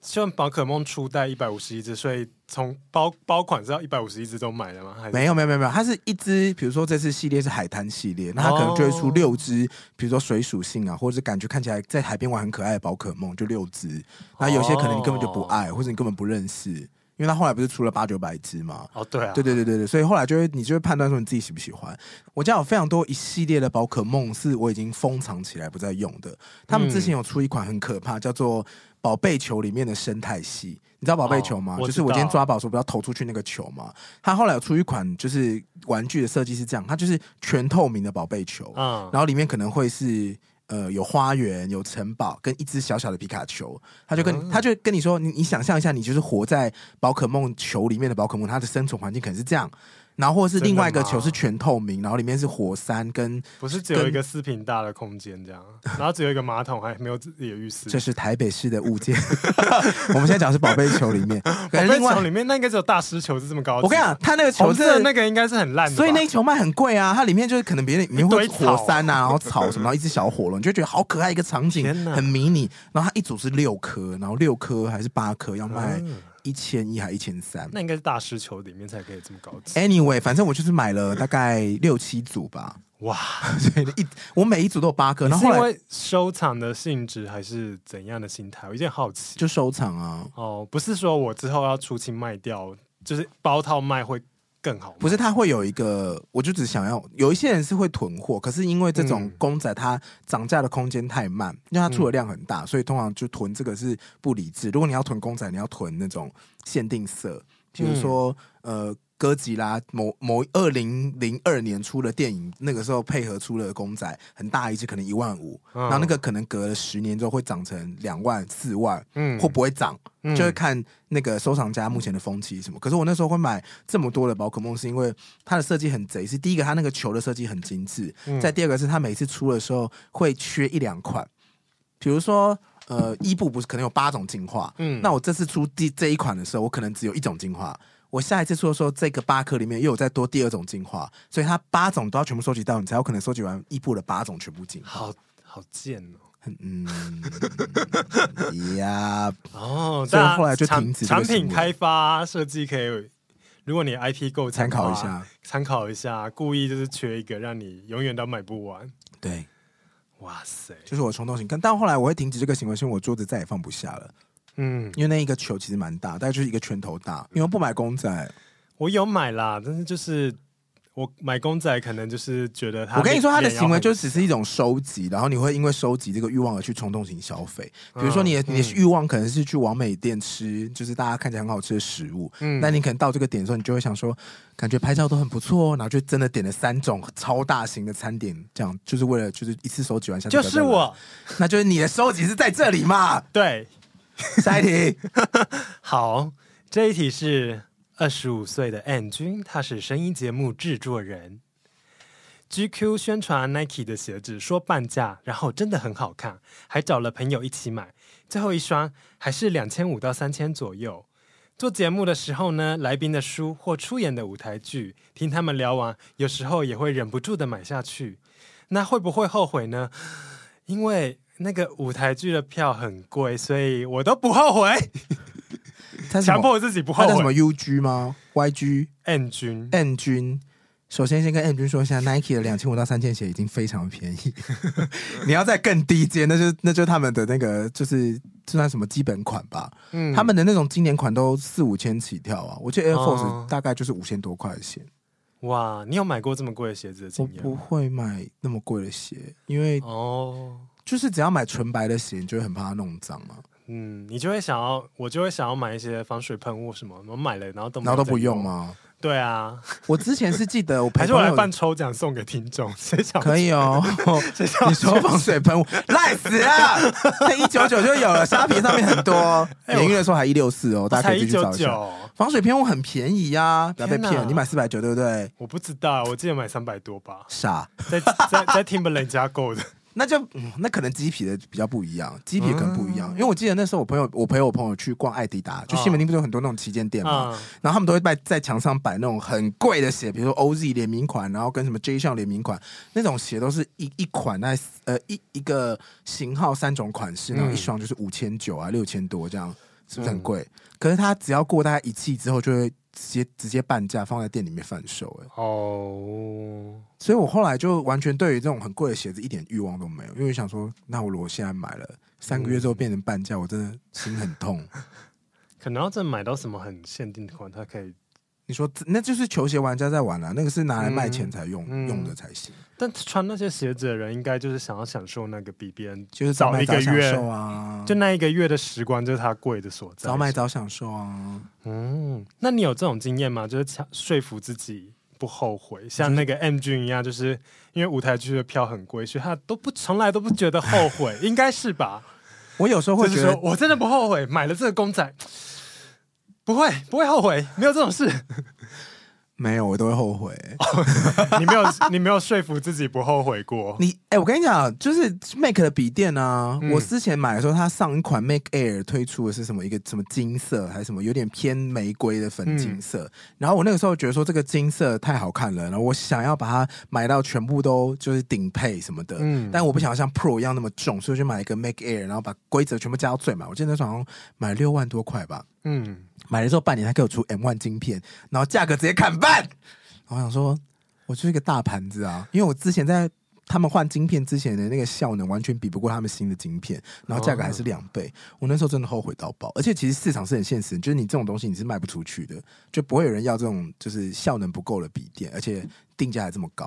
A: 希望宝可梦初代一百五十一只，所以从包包款是要一百五十一只都买了吗？还是
B: 没有没有没有没有，它是一只，比如说这次系列是海滩系列，那它可能就会出
A: 哦
B: 六只，比如说水属性啊，或者是感觉看起来在海边玩很可爱的宝可梦，就六只。那有些可能你根本就不爱，或者你根本不认识，因为它后来不是出了八九百只嘛。
A: 哦，对啊，
B: 对对对对对，所以后来就会你就会判断说你自己喜不喜欢。我家有非常多一系列的宝可梦是我已经封藏起来不再用的。他们之前有出一款很可怕，叫做宝贝球里面的生态系。你知道宝贝球吗？
A: 哦我
B: 就
A: 知
B: 是
A: 道
B: 我今天抓宝的时候不要投出去那个球嘛。它后来有出一款就是玩具的设计是这样，它就是全透明的宝贝球，
A: 嗯，
B: 然后里面可能会是呃有花园、有城堡跟一只小小的皮卡丘，他就跟、
A: 嗯
B: 他就跟你说，你你想象一下，你就是活在宝可梦球里面的宝可梦，它的生存环境可能是这样。然后或者是
A: 真的
B: 另外一个
A: 吗
B: 球是全透明，然后里面是火山跟
A: 不是只有一个四平大的空间这样，然后只有一个马桶，还没有自己的浴室。
B: 这是台北市的物件。 我们现在讲的是宝贝球里 面，可能
A: 那
B: 另外
A: 球里面那应该只有大师球是这么高级。
B: 我跟你讲，，它那个球
A: 红
B: 是
A: 色的那个应该是很烂的吧，
B: 所以那一球卖很贵啊，它里面就是可能别人里面会
A: 一堆
B: 火
A: 草
B: 山 啊，然后草什么，然后一只小火龙，你就觉得好可爱一个场景
A: 天，哪
B: 很迷你。然后它一组是六颗，然后六颗还是八颗，要卖
A: 嗯
B: 一千一还一千三。
A: 那应该是大师球里面才可以这么高级。
B: Anyway，反正我就是买了大概六七组吧，
A: 哇，
B: 所以一我每一组都有八颗，然
A: 是
B: 后
A: 因
B: 后来
A: 为收藏的性质还是怎样的心态？我有点好奇。
B: 就收藏啊。
A: 哦，不是说我之后要出清卖掉，就是包套卖会更好吗。
B: 不是，它会有一个，我就只想要有一些人是会囤货，可是因为这种
A: 嗯
B: 公仔它涨价的空间太慢，因为它出的量很大，
A: 嗯
B: 所以通常就囤这个是不理智。如果你要囤公仔，你要囤那种限定色，比如说、
A: 嗯
B: 呃。哥吉拉某某二零零二年出的电影，那个时候配合出了公仔，很大一只，可能一万五、
A: 嗯
B: 然后那个可能隔了十年之后会涨成两万、四万，
A: 嗯
B: 会不会涨？
A: 嗯
B: 就会看那个收藏家目前的风气什么。可是我那时候会买这么多的宝可梦，是因为它的设计很贼，是第一个它那个球的设计很精致，
A: 嗯
B: 再第二个是它每次出的时候会缺一两款，比如说呃伊布不是可能有八种进化，
A: 嗯
B: 那我这次出第这一款的时候，我可能只有一种进化。我下一次出的时候，这个八颗里面又有再多第二种进化，所以它八种都要全部收集到，你才有可能收集完伊布的八种全部进化。
A: 好好贱哦。
B: 嗯，呀，
A: 哦，
B: 所
A: 大
B: 以
A: 家
B: 后来就
A: 产
B: 停止这个
A: 产
B: 行为
A: 品开发设计可以，如果你 IP 够
B: 参
A: 强的话
B: 考一，下，
A: 参考一下，故意就是缺一个，让你永远都买不完。
B: 对。
A: 哇塞，
B: 就是我冲动型，但但后来我会停止这个行为，是因为我桌子再也放不下了，
A: 嗯，
B: 因为那一个球其实蛮大，大概就是一个拳头大。因为我不买公仔，
A: 我有买啦，但是就是我买公仔，可能就是觉得他，
B: 我跟你说，他的行为就只是一种收集，然后你会因为收集这个欲望而去冲动型消费。比如说你的、
A: 嗯
B: 你的欲望可能是去完美店吃，就是大家看起来很好吃的食物，
A: 嗯
B: 那你可能到这个点的时候，你就会想说，感觉拍照都很不错哦，然后就真的点了三种超大型的餐点，这样就是为了就是一次收集完，下次
A: 就
B: 不要再
A: 是
B: 买，
A: 我
B: 那就是你的收集是在这里嘛？
A: 对。
B: 下一题。
A: 好，这一题是二十五岁的 N 君，他是声音节目制作人。GQ 宣传 Nike 的鞋子说半价，然后真的很好看，还找了朋友一起买，最后一双还是两千五到三千左右。做节目的时候呢，来宾的书或出演的舞台剧，听他们聊完，有时候也会忍不住的买下去。那会不会后悔呢？因为那个舞台剧的票很贵，所以我都不后悔。
B: 他是什
A: 强
B: 么
A: 迫自己不后
B: 他叫什么
A: 悔。
B: UG 吗？YG
A: N 君，
B: N 君。首先，先跟 N 君说一下，Nike 的两千五到三千鞋已经非常便 宜。你要再更低阶，那就那就他们的那个就是就算什么基本款吧。
A: 嗯
B: 他们的那种经典款都四五千起跳啊。我记得 Air
A: 哦
B: Force 大概就是五千多块钱。
A: 哇，你有买过这么贵的鞋子的
B: 我
A: 经验
B: 不
A: 吗？
B: 会买那么贵的鞋，因为
A: 哦，
B: 就是只要买纯白的鞋，你就会很怕它弄脏啊，
A: 嗯，你就会想要，我就会想要买一些防水喷雾什么，我买了然后都没
B: 然后都
A: 再
B: 不用？吗？
A: 对啊，
B: 我之前是记得我
A: 还
B: 陪
A: 是我
B: 朋
A: 来
B: 友
A: 办抽奖送给听 众，谁想
B: 可以 哦。你说放水 喷雾，烂死 了！那一九九就有了，虾皮上面很多。
A: 哎我
B: 免运的时候还一六四哦，大家
A: 才
B: 可
A: 一
B: 以自己去
A: 九
B: 找一下。
A: 九，
B: 防水喷雾很便宜呀、不要啊被
A: 天哪
B: 骗。你买四百九对不对？
A: 我不知道，我记得买三百多吧，
B: 傻，
A: 在在在 Timberland 家购 的，
B: 那就、嗯那可能鸡皮的比较不一样，鸡皮可能不一样。因为我记得那时候我朋友，我陪我朋友去逛艾迪达，就西门町不是有很多那种旗舰店
A: 嗯，
B: 嘛，然后他们都会在在墙上摆那种很贵的鞋，比如说 OZ 联名款，然后跟什么 J 项联名款，那种鞋都是一一款那呃一一个型号三种款式，然后一双就是五千九啊六千多这样，是不是很贵？可是它只要过大概一季之后，就会直接直接半价放在店里面贩售、哎，
A: 嗯哦，
B: 所以我后来就完全对于这种很贵的鞋子一点欲望都没有，因为想说，那我如果现在买了，三个月之后变成半价，我真的心很痛。
A: 可能要真的买到什么很限定的款，它可以，
B: 你说那就是球鞋玩家在玩啊啦、那个是拿来卖钱才用、
A: 嗯
B: 用的才行。
A: 但穿那些鞋子的人，应该就是想要享受那个比别人
B: 就是早
A: 早
B: 买
A: 一个
B: 早享
A: 月，
B: 受啊，
A: 就那一个月的时光，就是它贵的所在。
B: 早买早享受啊。
A: 嗯，那你有这种经验吗？就是强说服自己不后悔，像那个 M 君一样，就是因为舞台剧的票很贵，所以他都不从来都不觉得后 悔，应该是吧？
B: 我有时候
A: 就
B: 会
A: 是
B: 觉
A: 说
B: 得，
A: 我真的不后悔买了这个公仔，不会不会后悔，没有这种事。
B: 没有，我都会后悔。
A: 你没有你没有说服自己不后悔过。
B: 你哎、我跟你讲，就是 Make 的笔电啊，
A: 嗯
B: 我之前买的时候，它上一款 Make Air 推出的是什么一个什么金色还是什么，有点偏玫瑰的粉
A: 嗯
B: 金色。然后我那个时候觉得说这个金色太好看了，然后我想要把它买到全部都就是顶配什么的。
A: 嗯
B: 但我不想要像 Pro 一样那么重，所以我就买一个 Make Air，然后把规则全部加到最满。我记得那时候好像买六万多块吧，
A: 嗯，
B: 买了之后半年，他给我出 M One 晶片，然后价格直接砍半。然后我想说，我就是一个大盘子啊，因为我之前在他们换晶片之前的那个效能完全比不过他们新的晶片，然后价格还是两倍。我那时候真的后悔到爆，而且其实市场是很现实，就是你这种东西你是卖不出去的，就不会有人要这种就是效能不够的笔电，而且定价还这么高。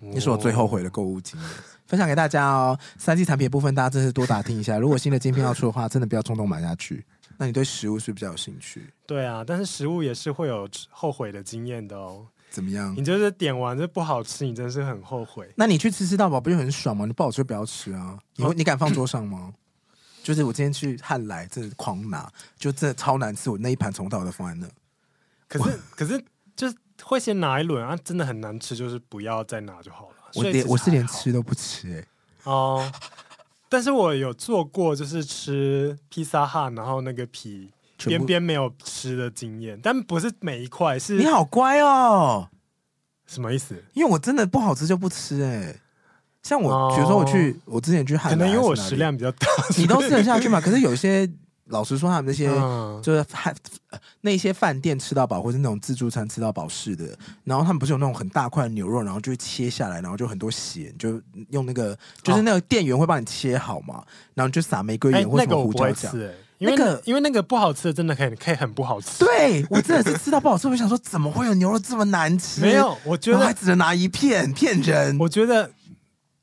A: 你
B: 那是我最后悔的购物经验，分享给大家哦。三 G 产品的部分，大家真是多打听一下。如果新的晶片要出的话，真的不要冲动买下去。那你对食物是不是比较有兴趣？
A: 对啊，但是食物也是会有后悔的经验的哦。
B: 怎么样
A: 你？就是点完就不好吃，你真是很后悔。
B: 那你去吃吃到饱不就很爽吗？你不好吃就不要吃啊！你
A: 哦
B: 会、你敢放桌上吗？ 就是我今天去汉来，真的狂拿，就真的超难吃。我那一盘从头到尾都放在那，
A: 可是可是就是会先拿一轮啊，真的很难吃，就是不要再拿就好了。
B: 我
A: 所以
B: 连
A: 其实
B: 我是
A: 还
B: 连
A: 好
B: 吃都不吃、欸，
A: 哦，但是我有做过，就是吃披萨汉，然后那个皮
B: 全
A: 边
B: 部
A: 边没有吃的经验，但不是每一块
B: 你
A: 是
B: 好乖哦，
A: 什么意思？
B: 因为我真的不好吃就不吃、欸，哎。像我，
A: 哦
B: 比如说我去，我之前去汉
A: 可
B: 来，
A: 能因为我
B: 还是哪里
A: 食，量比较大，
B: 你都吃得下去嘛？可是有些老实说，他们那些
A: 嗯
B: 就是饭呃那些饭店吃到饱，或是那种自助餐吃到饱式的，然后他们不是有那种很大块的牛肉，然后就会切下来，然后就很多血，你就用那个就是那个店员会帮你切好嘛，然后你就撒玫瑰
A: 哦哎、
B: 盐或
A: 那
B: 什
A: 个
B: 么
A: 我
B: 胡
A: 不
B: 椒
A: 会
B: 酱。
A: 吃、哎，因为
B: 那个
A: 因为那个不好吃的真的可以可以很不好吃。
B: 对我真的是吃到不好吃，我想说怎么会有牛肉这么难吃？
A: 没，有，我觉
B: 然后还
A: 得
B: 只能拿一片骗人。
A: 我觉得。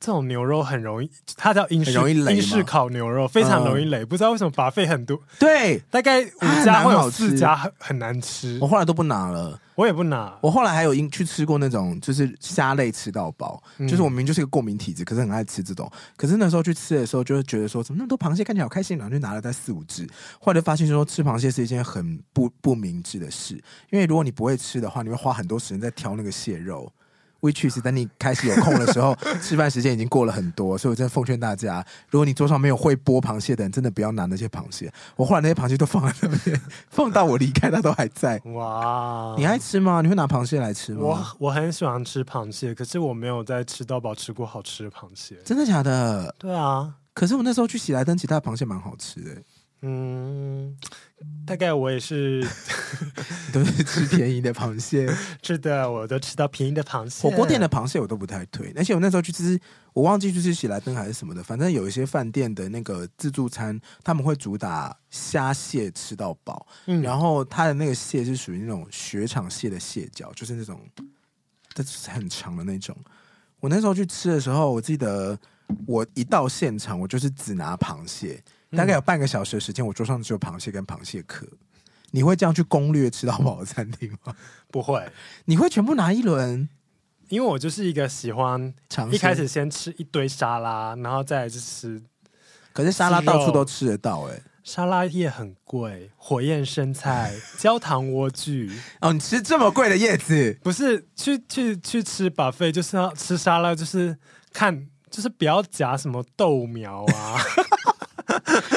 A: 这种牛肉很容易，它叫英式
B: 很容易雷
A: 英式
B: 吗嗯
A: 烤牛肉，非常容易雷。不知道为什么把费很多，
B: 对
A: 大概五
B: 它
A: 家
B: 很难
A: 会有
B: 好吃哦
A: 四家很很难吃
B: 我，后来都不拿了。
A: 我也不拿。
B: 我后来还有因去吃过那种就是虾类吃到饱，就是我明明就是一个过敏体质，可是很爱吃这种。可是那时候去吃的时候，就会觉得说怎么那么多螃蟹看起来好开心，然后就拿了大概四五只。后来就发现说吃螃蟹是一件很不不明智的事，因为如果你不会吃的话，你会花很多时间在挑那个蟹肉。which is 等你开始有空的时候，吃饭时间已经过了很多，所以我真的奉劝大家，如果你桌上没有会剥螃蟹的人，真的不要拿那些螃蟹。我后来那些螃蟹都放在那边，放到我离开，它都还在。
A: 哇，
B: 你爱吃吗？你会拿螃蟹来吃吗？
A: 我我很喜欢吃螃蟹，可是我没有在吃到饱吃过好吃的螃蟹。
B: 真的假的？
A: 对啊，
B: 可是我那时候去喜来登，其他螃蟹蛮好吃的、
A: 嗯，大概我也是
B: 都是吃便宜的螃蟹。
A: 吃的，我都吃到便宜的螃蟹。
B: 火锅店的螃蟹我都不太推，而且我那时候去吃，我忘记就是喜来登还是什么的，反正有一些饭店的那个自助餐，他们会主打虾蟹吃到饱，
A: 嗯
B: 然后它的那个蟹是属于那种雪场蟹的蟹脚，就是那种，它就是很长的那种。我那时候去吃的时候，我记得我一到现
A: 嗯
B: 场，我就是只拿螃蟹，大概有半个小时的时间，我桌上只有螃蟹跟螃蟹壳。你会这样去攻略吃到饱的餐厅吗？
A: 不会，
B: 你会全部拿一轮
A: 因为我就是一个喜欢
B: 尝试？
A: 一开始，先吃一堆沙拉，然后再来就吃
B: 可是沙拉到
A: 鸡
B: 处
A: 肉
B: 都吃得到哎、
A: 沙拉叶很贵，火焰生菜、焦糖莴苣，
B: 哦，你吃这么贵的叶子，
A: 不是去去去吃 buffet 就是要吃沙拉，就是看就是不要夹什么豆苗 啊，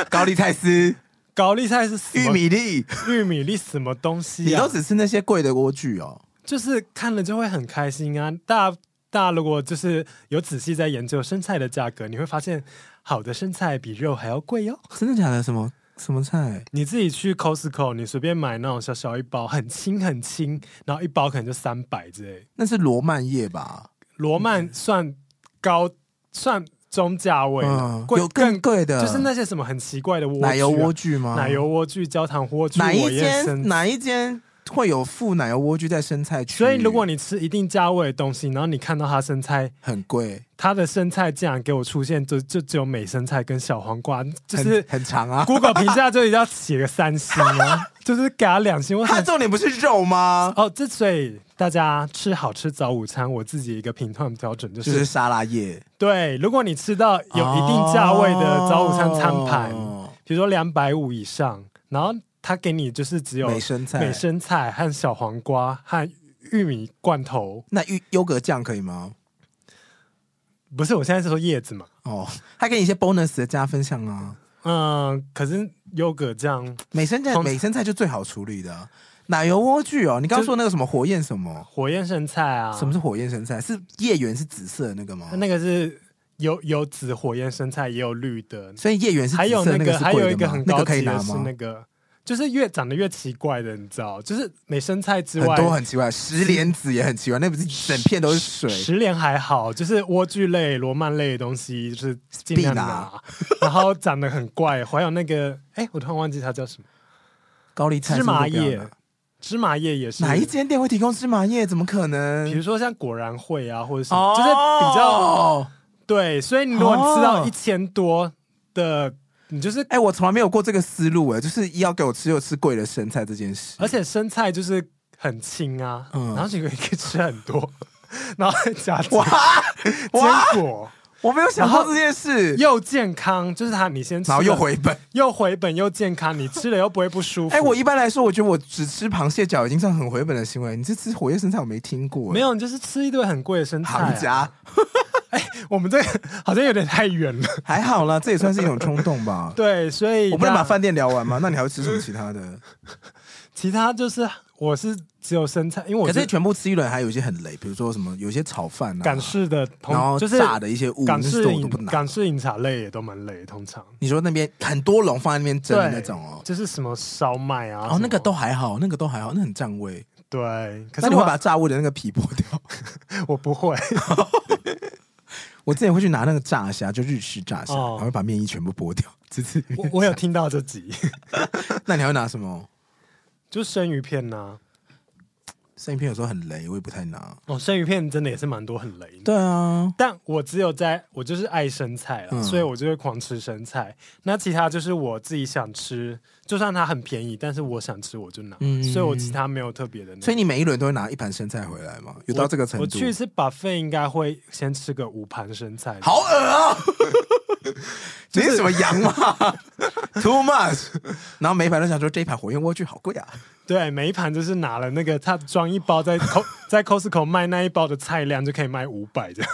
B: 高丽菜丝、
A: 高丽菜是 什
B: 玉
A: 么
B: 米粒，
A: 玉米粒什么东
B: 你
A: 西啊
B: 都？只吃那些贵的莴苣哦。
A: 就是看了就会很开心啊！大大家如果就是有仔细在研究生菜的价格，你会发现好的生菜比肉还要贵哦。
B: 真的假的？什么什么菜？
A: 你自己去 Costco，你随便买那种小小一包，很轻很轻，然后一包可能就三百之类。
B: 那是罗曼叶吧？
A: 罗曼算高，算中价位了，
B: 嗯，
A: 贵
B: 有更贵的，
A: 就是那些什么很奇怪的莴苣啊、
B: 奶油莴苣吗？
A: 奶油莴苣、焦糖莴苣、
B: 哪一
A: 我也生
B: 间哪一间会有附奶油莴苣在生菜区？
A: 所以，如果你吃一定价位的东西，然后你看到它生菜，
B: 很贵，
A: 它的生菜竟然给我出现，就就只有美生菜跟小黄瓜，就
B: 很
A: 是
B: 很长啊。
A: Google 评价就一定要写个三星啊， 就是给它两星。我
B: 它
A: 很
B: 重点不是肉吗？
A: 哦，之所以大家吃好吃早午餐，我自己一个评判标准就是，
B: 就是沙拉叶，
A: 对，如果你吃到有一定价位的早午餐餐盘，
B: 哦
A: 比如说两百五以上，然后他给你就是只有
B: 美生菜，
A: 美生菜和小黄瓜和玉米罐头，
B: 那优优格酱可以吗？
A: 不是我现在是说叶子嘛，
B: 哦，它给你一些 bonus 的加分项啊。
A: 嗯，可是优格酱
B: 美生菜，
A: 通
B: 美生菜就最好处理的啊、奶油莴苣哦。你刚刚说那个什么火焰什么？
A: 火焰生菜啊，
B: 什么是火焰生菜？是叶缘是紫色的那个吗？
A: 那个是有有紫火焰生菜，也有绿的，
B: 所以叶缘是紫
A: 还有
B: 色，
A: 个
B: 个是
A: 还有一个
B: 贵的吗
A: 很？
B: 那
A: 高
B: 个可以
A: 级的
B: 拿
A: 是
B: 吗
A: 那？个。就是越长得越奇怪的，你知道，就是美生菜之
B: 很
A: 外，
B: 多很奇怪，石莲子也很奇怪，那不是整片都是水，
A: 十连还好，就是莴苣类、罗曼类的东西，就是尽量
B: 必
A: 拿
B: 拿。
A: 然后长得很怪，还有那个，哎，我突然忘记它叫什么，
B: 高丽菜
A: 芝麻
B: 是不是不要
A: 叶
B: 拿。
A: 芝麻叶也是
B: 哪一？间店会提供芝麻叶？怎么可能
A: 比？如说像果然会啊，或者什么，就是比较对。所以你如果你吃到
B: 哦
A: 一千多的，你就是，
B: 哎、我从来没有过这个思路哎，就是要给我吃就吃贵的生菜这件事。
A: 而且生菜就是很轻啊，
B: 嗯
A: 然后你可以吃很多， 然后再加坚
B: 哇哇，
A: 果，
B: 我没有想到这件事，
A: 又健康，就是它你先吃
B: 然后
A: 了，
B: 又回本。
A: 又回本又健康，你吃了又不会不舒服。
B: 哎、我一般来说，我觉得我只吃螃蟹脚已经算很回本的行为。你这吃火焰生菜我没听过，
A: 没，有，你就是吃一堆很贵的生菜、
B: 行家、。
A: 我们这个好像有点太远了。。
B: 还好啦，这也算是一种冲动吧
A: 对，所以
B: 我不能把
A: 那
B: 饭店聊完吗？那你还会吃什么其他的？
A: 其他就是我是只有生菜，因为我
B: 可是全部吃一轮，还有一些很雷，比如说什么有些炒饭啊，
A: 港式的同
B: 然后
A: 就是
B: 炸的一些物，
A: 港
B: 那些
A: 式
B: 我都
A: 饮
B: 不拿
A: 港。式饮茶类也都蛮累的，通常
B: 你说那边很多笼放在那边蒸的
A: 对
B: 那种哦，
A: 就是什么烧麦啊，什
B: 哦
A: 么，
B: 那个都还好，那个都还好，那很占位。
A: 对。可
B: 那
A: 是
B: 你
A: 我
B: 会把炸物的那个 皮剥掉？
A: 我不 会，
B: 我之前会去拿那个炸虾，就日式炸虾，
A: 哦
B: 然后把面衣全部剥掉， 只吃。
A: 我我有听到这集，
B: 那你还会拿什么？
A: 就生鱼片呐、
B: 生鱼片有时候很雷，我也不太拿。
A: 哦，生鱼片真的也是蛮多很雷的。
B: 对啊，
A: 但我只有在我就是爱生菜了，
B: 嗯
A: 所以我就会狂吃生菜。那其他就是我自己想吃，就算它很便宜，但是我想吃我就拿，
B: 嗯
A: 所以我其他没有特别的那个。
B: 所以你每一轮都会拿一盘生菜回来吗？有到这个程
A: 我，我
B: 度？
A: 去一次 buffet 应该会先吃个五盘生菜，
B: 好恶 啊！你是什么羊吗
A: 啊
B: ？Too much。然后每一盘都想说这一盘火焰莴苣好贵啊，
A: 对，每一盘就是拿了那个他装一包在 Co 在 Costco 卖那一包的菜量就可以卖五百这样。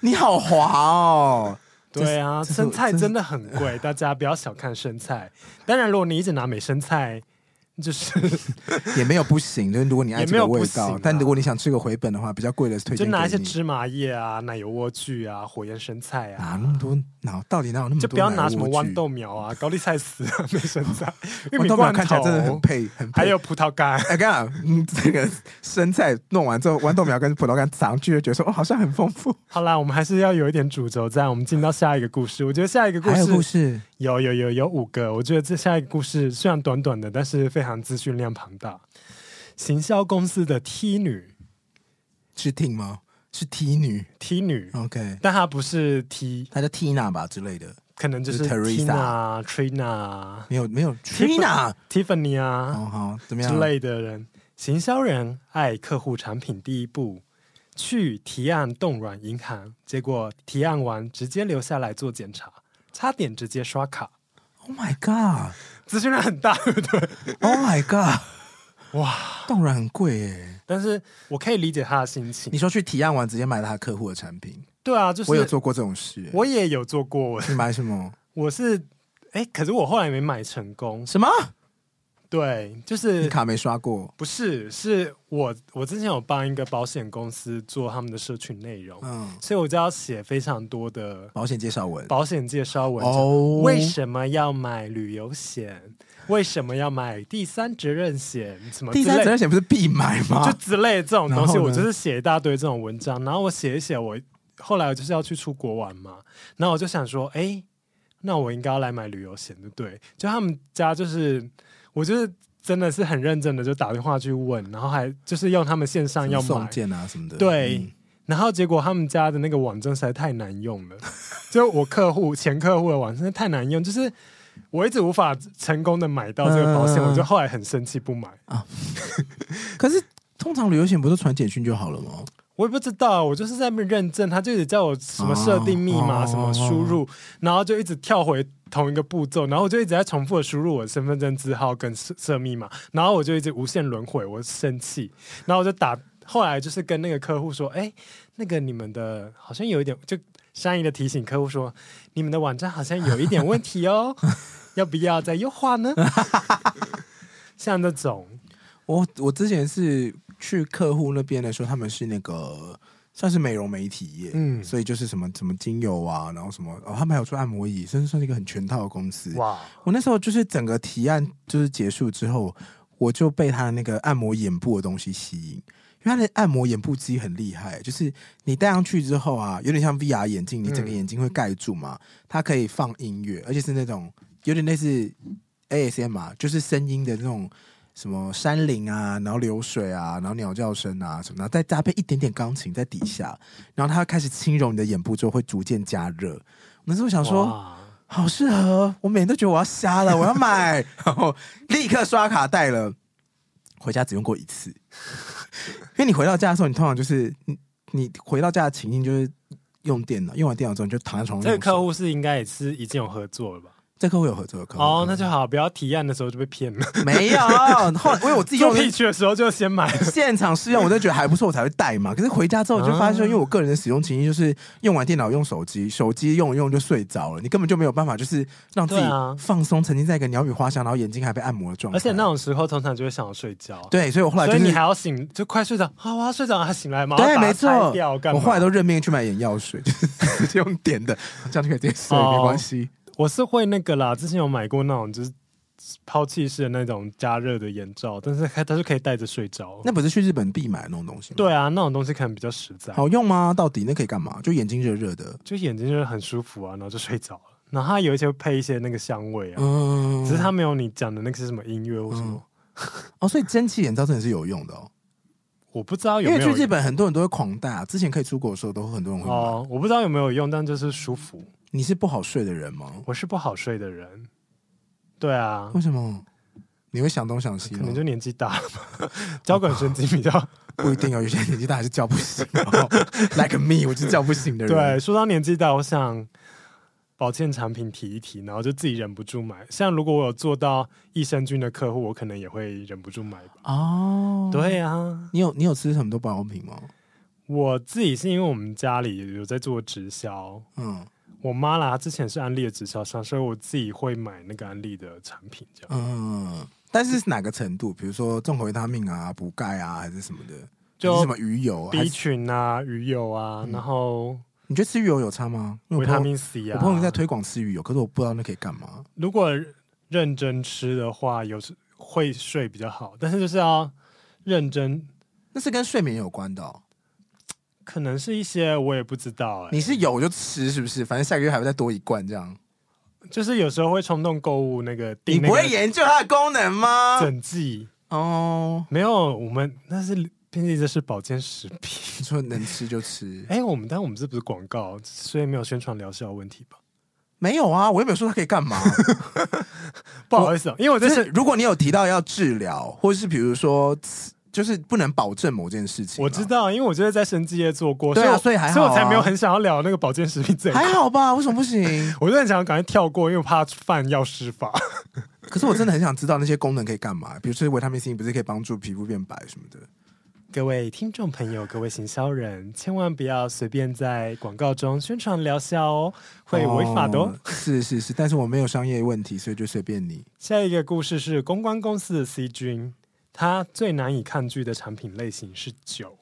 B: 你好滑哦。
A: 对啊，
B: 这是
A: 生菜
B: 这是
A: 真的很贵，大家不要小看生菜。当然，如果你一直拿美生菜，就是
B: 也没有不行，就是如果你爱
A: 也
B: 这
A: 没
B: 个
A: 有不
B: 味
A: 行
B: 道，
A: 啊
B: 但如果你想吃个回本的话，比较贵的推
A: 就
B: 荐
A: 拿一些
B: 给你
A: 芝麻叶啊、奶油莴苣啊、火焰生菜啊，
B: 哪那么多？哪到底哪有那么多？
A: 就不要拿什么豌豆，苗啊、高丽菜丝啊、 美生菜、玉
B: 哦豌
A: 米
B: 豆苗
A: 罐
B: 看起来真的很
A: 头，
B: 配，很配。
A: 还有葡萄干。
B: 哎，刚刚嗯，这个生菜弄完之后，豌豆苗跟葡萄干撒上去，就觉得说哦，好像很丰富。
A: 好啦，我们还是要有一点主轴在。我们进到下一个故事，我觉得下一个故
B: 还有
A: 事
B: 故事，
A: 有有有有五个，我觉得这下一个故事虽然短短的，但是非常资讯量庞大。行销公司的 T 女
B: 是 T 吗？是 T 女
A: ，T 女，
B: ，OK，
A: 但她不是 T，
B: 她叫 Tina 吧之类的。
A: 可能就是
B: Teresa
A: Tina、Trina、啊
B: 没有没有 Trina，
A: Tiffany 啊
B: 哦好，怎么
A: 之
B: 样？
A: 类的人。行销人爱客户产品第一步，去提案冻卵银行，结果提案完直接留下来做检查，差点直接刷卡，
B: Oh my god！Oh
A: 资讯量很大，对不对？
B: my god！
A: 哇！
B: 冻卵很贵耶。
A: 但是我可以理解他的心情
B: 你。说去提案完直接买他客户的产品，
A: 对啊，就是
B: 我有做过这种事。
A: 我也有做过，我
B: 你买什么？
A: 我是哎、可是我后来没买成功。
B: 什么？
A: 对，就
B: 你
A: 是
B: 卡没刷过？
A: 不是是我我之前有帮一个保险公司做他们的社群内容，
B: 嗯，
A: 所以我就要写非常多的
B: 保险介绍文。
A: 保险介绍文章。
B: 哦
A: 为什么要买旅游险？为什么要买第三责任险？什么之
B: 第
A: 类
B: 三责任险不是必买
A: 就
B: 吗？
A: 之类的这种东西，
B: 然后呢
A: 我就是写一大堆这种文章，然后我写一写，我后来我就是要去出国玩嘛，然后我就想说，哎、那我应该要来买旅游险，对不对？就他们家就是，我就是真的是很认真的就打电话去问，然后还就是用他们线上要
B: 什么
A: 买
B: 送，件啊什么的。
A: 对。
B: 嗯
A: 然后结果他们家的那个网站实在太难用了， 就我客户前客户的网站太难用，就是我一直无法成功的买到这个保险，
B: 嗯
A: 我就后来很生气不买。
B: 可是通常旅游险不是传简讯就好了吗？
A: 我也不知道，我就是在那边认证，他就一直叫我什么设定密码、
B: 哦
A: 什么输入，然后就一直跳回同一个步骤，然后我就一直在重复的输入我的身份证字号跟设设密码，然后我就一直无限轮回，我生气，然后我就打，后来就是跟那个客户说，哎，那个你们的好像有一点，就善意的提醒客户说，你们的网站好像有一点问题哦， 要不要再优化呢？像这种，
B: 我我之前是去客户那边的时候，他们是那个算是美容媒体业，
A: 嗯，
B: 所以 就是什么什么精油啊，然后什么哦，他们还有做按摩椅，真是算是一个很全套的公司。
A: 哇，
B: 我那时候就是整个提案就是结束之后，我就被他那个按摩眼部的东西吸引，因为他的按摩眼部机很厉害，就是你戴上去之后啊，有点像 VR 眼镜，你整个
A: 嗯
B: 眼睛会盖住嘛，它可以放音乐，而且是那种有点类似 ASM 啊，就是声音的那种。什么山林啊，然后流水啊，然后鸟叫声啊什么的，然后再搭配一点点钢琴在底下，然后它开始轻揉你的眼部之后，会逐渐加热。那时候想说，
A: 哇
B: 好适合，我每天都觉得我要瞎了，我要买，然后立刻刷卡带了，回家只用过 一次，因为你回到家的时候，你通常就是你你回到家的情境就是用电脑，用完电脑之哦后你就躺在床上
A: 这
B: 用
A: 个
B: 手。
A: 客户是应该也是已经有合作了吧？
B: 这客户有合作的客户嗯
A: 哦，那就好，不要提案的时候就被骗了。
B: 没有。后来因为我自己
A: 做
B: 用的
A: pitch 的时候就先买，
B: 现场试用，我就觉得还不错，我才会带嘛。可是回家之后，我就发现，
A: 哦
B: 因为我个人的使用情境就是用完电脑用手机，手机用一用就睡着了，你根本就没有办法就是让自己
A: 对啊
B: 放松，沉浸在一个鸟语花香，然后眼睛还被按摩的状态。
A: 而且那种时候通常就会想要睡觉。
B: 对，所以我后来就
A: 所
B: 是
A: 以你还要醒，就快睡着啊！我要睡着，还醒来嘛？
B: 对，
A: 要把它
B: 没
A: 拆
B: 错
A: 掉，干
B: 我
A: 嘛？
B: 后来都认命去买眼药水，就是 直接用点的，这样就可以直接睡，
A: 哦
B: 没关系。
A: 我是会那个啦，之前有买过那种就是抛弃式的那种加热的眼罩，但是它它是可以戴着睡着。
B: 那不是去日本必买的那种东西吗？，
A: 对啊，那种东西可能比较实在，
B: 好用吗？到底那可以干嘛？就眼睛热热的，
A: 就眼睛就是很舒服啊，然后就睡着了。然后它有一些配一些那个香味啊，
B: 嗯，
A: 只是它没有你讲的那个是什么音乐或什么，
B: 哦，所以蒸汽眼罩真的是有用的哦。
A: 我不知道有
B: 因
A: 没
B: 为
A: 有
B: 去日本很多人都会狂戴、啊，之前可以出国的时候都很多人会买。
A: 哦，我不知道有没有用，但就是舒服。
B: 你是不好睡的人吗？
A: 我是不好睡的人，对啊，
B: 为什么？你会想东想西
A: 可
B: 吗
A: 能？就年纪大了吧， 交感神经比 较。
B: 不一定哦，有些年纪大还是叫不醒、 哦。like me，我是叫不醒的人。
A: 对，，说到年纪大，我想保健产品提一提，然后就自己忍不住买。像如果我有做到益生菌的客户，我可能也会忍不住买吧。
B: 哦，，
A: 对啊，
B: 你有你有吃很多保养品吗？
A: 我自己是因为我们家里有在做直销，
B: 嗯。
A: 我妈啦她之前是安利的直销商，所以我自己会买那个安利的产品这样。
B: 嗯，但是是哪个程度？比如说综合维他命啊、补钙啊，还是什么的？
A: 就
B: 还是什么鱼油？还
A: B
B: 是
A: 群啊，鱼油啊，然后
B: 你觉得吃鱼油有差吗？因为
A: 维
B: 我
A: 他
B: 朋友
A: 命 C 啊。
B: 我朋友在推广吃鱼油，可是我不知道那可以干嘛。
A: 如果认真吃的话，有时会睡比较好，但是就是要认真，
B: 那是跟睡眠有关的、哦。
A: 可能是一些我也不知道、哎，
B: 你是有就吃，是不是？反正下个月还会再多一罐这样。
A: 就是有时候会冲动购物，那个
B: 你
A: 订那
B: 不会
A: 个
B: 研究它的功能吗？
A: 整剂，
B: 哦，
A: 没有，我们那是毕竟这是保健食品。
B: 你说能吃就吃，
A: 哎、我们但我们这不是广告，所以没有宣传疗效问题吧？
B: 没有啊，我又没有说他可以干 嘛。
A: 不好意思、啊，因为我
B: 就
A: 这
B: 是
A: 是
B: 如果你有提到要治疗，或是比如说，就是不能保证某件事情，啊
A: 我知。道，因为我觉得在生技业做过，
B: 对啊
A: 所以我
B: 所以还好啊
A: 所以我才没有很想要聊那个保健食品这一块
B: 还好吧？为什么不行？
A: 我就很想赶快跳过，因为我怕犯药师 法。
B: 可是我真的很想知道那些功能可以干嘛，比如说维他命 C 不是可以帮助皮肤变白什么的？
A: 各位听众朋友，各位行销人，千万不要随便在广告中宣传疗效哦，会违法的哦。
B: 是是是，但是我没有商业问题，所以就随便你。
A: 下一个故事是公关公司的 C 君，他最难以抗拒的产品类型是酒，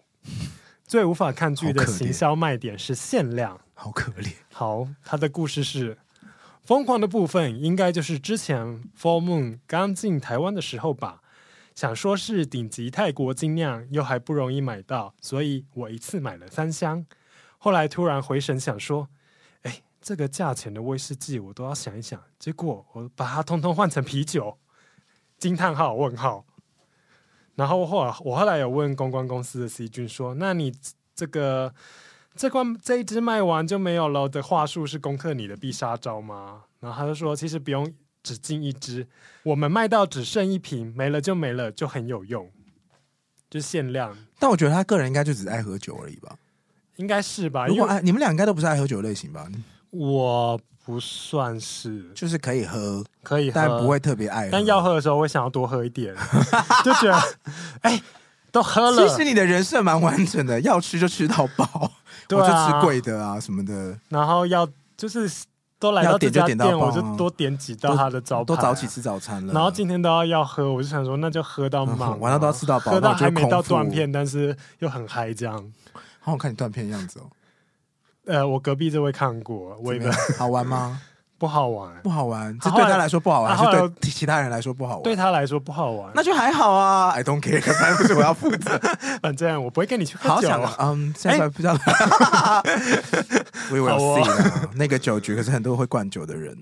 A: 最无法抗拒的
B: 好可怜
A: 行销卖点是限量。
B: 好可 怜，
A: 好，他的故事是疯狂的部分，应该就是之前 Full Moon 刚进台湾的时候吧。想说是顶级泰国精酿，又还不容易买到，所以我一次买了三箱。后来突然回神想说，哎，这个价钱的威士忌我都要想一想。结果我把它通通换成啤酒，惊叹号问号。然后后来我后来有问公关公司的 C 君说，那你这个这罐这一支卖完就没有了的话术是攻克你的必杀招吗？然后他就说，其实不用只进一支，我们卖到只剩一瓶，没了就没了，就很有用，就限量，
B: 但我觉得他个人应该就只是爱喝酒而已吧。
A: 应该是吧？
B: 如
A: 啊因
B: 果啊
A: 为
B: 爱你们俩应该都不是爱喝酒类型吧？
A: 我不算是
B: 就是可以喝，
A: 可以喝，
B: 但不会特别爱喝。
A: 但要喝的时候，我想要多喝一 点，就觉得哎、都喝了，
B: 其实你的人设蛮完整的，要吃就吃到饱，
A: 对啊
B: 我就吃贵的啊什么的，
A: 然后要就是都来
B: 要
A: 到这
B: 点就
A: 家
B: 点
A: 店，
B: 到爆
A: 我
B: 啊
A: 就多点几道他的招牌、
B: 都早起。吃早餐了。
A: 然后今天都要要喝，我就想说那就喝到满、
B: 嗯嗯晚上都要吃到饱
A: 喝
B: 那
A: 到
B: 我就
A: 还没到
B: 空腹
A: 断片，但是又很嗨这样。
B: 好好看你断片的样子哦，
A: 呃，我隔壁这位看过，我一
B: 怎
A: 个
B: 么样好玩吗？
A: 不好玩，
B: 不好玩，
A: 他
B: 这
A: 后
B: 对
A: 来
B: 他来说不好玩，
A: 他后
B: 还
A: 来
B: 是对其他人来说不好玩？
A: 对，他来说不好玩。
B: 那就还好啊。I don't care，反正不是我要负责。
A: 反正我不会跟你去喝
B: 好
A: 酒。啊
B: 想嗯，下一
A: 哎
B: 拜不知道。We will
A: 好哦
B: see 啦那个酒局可是很多会灌酒的人。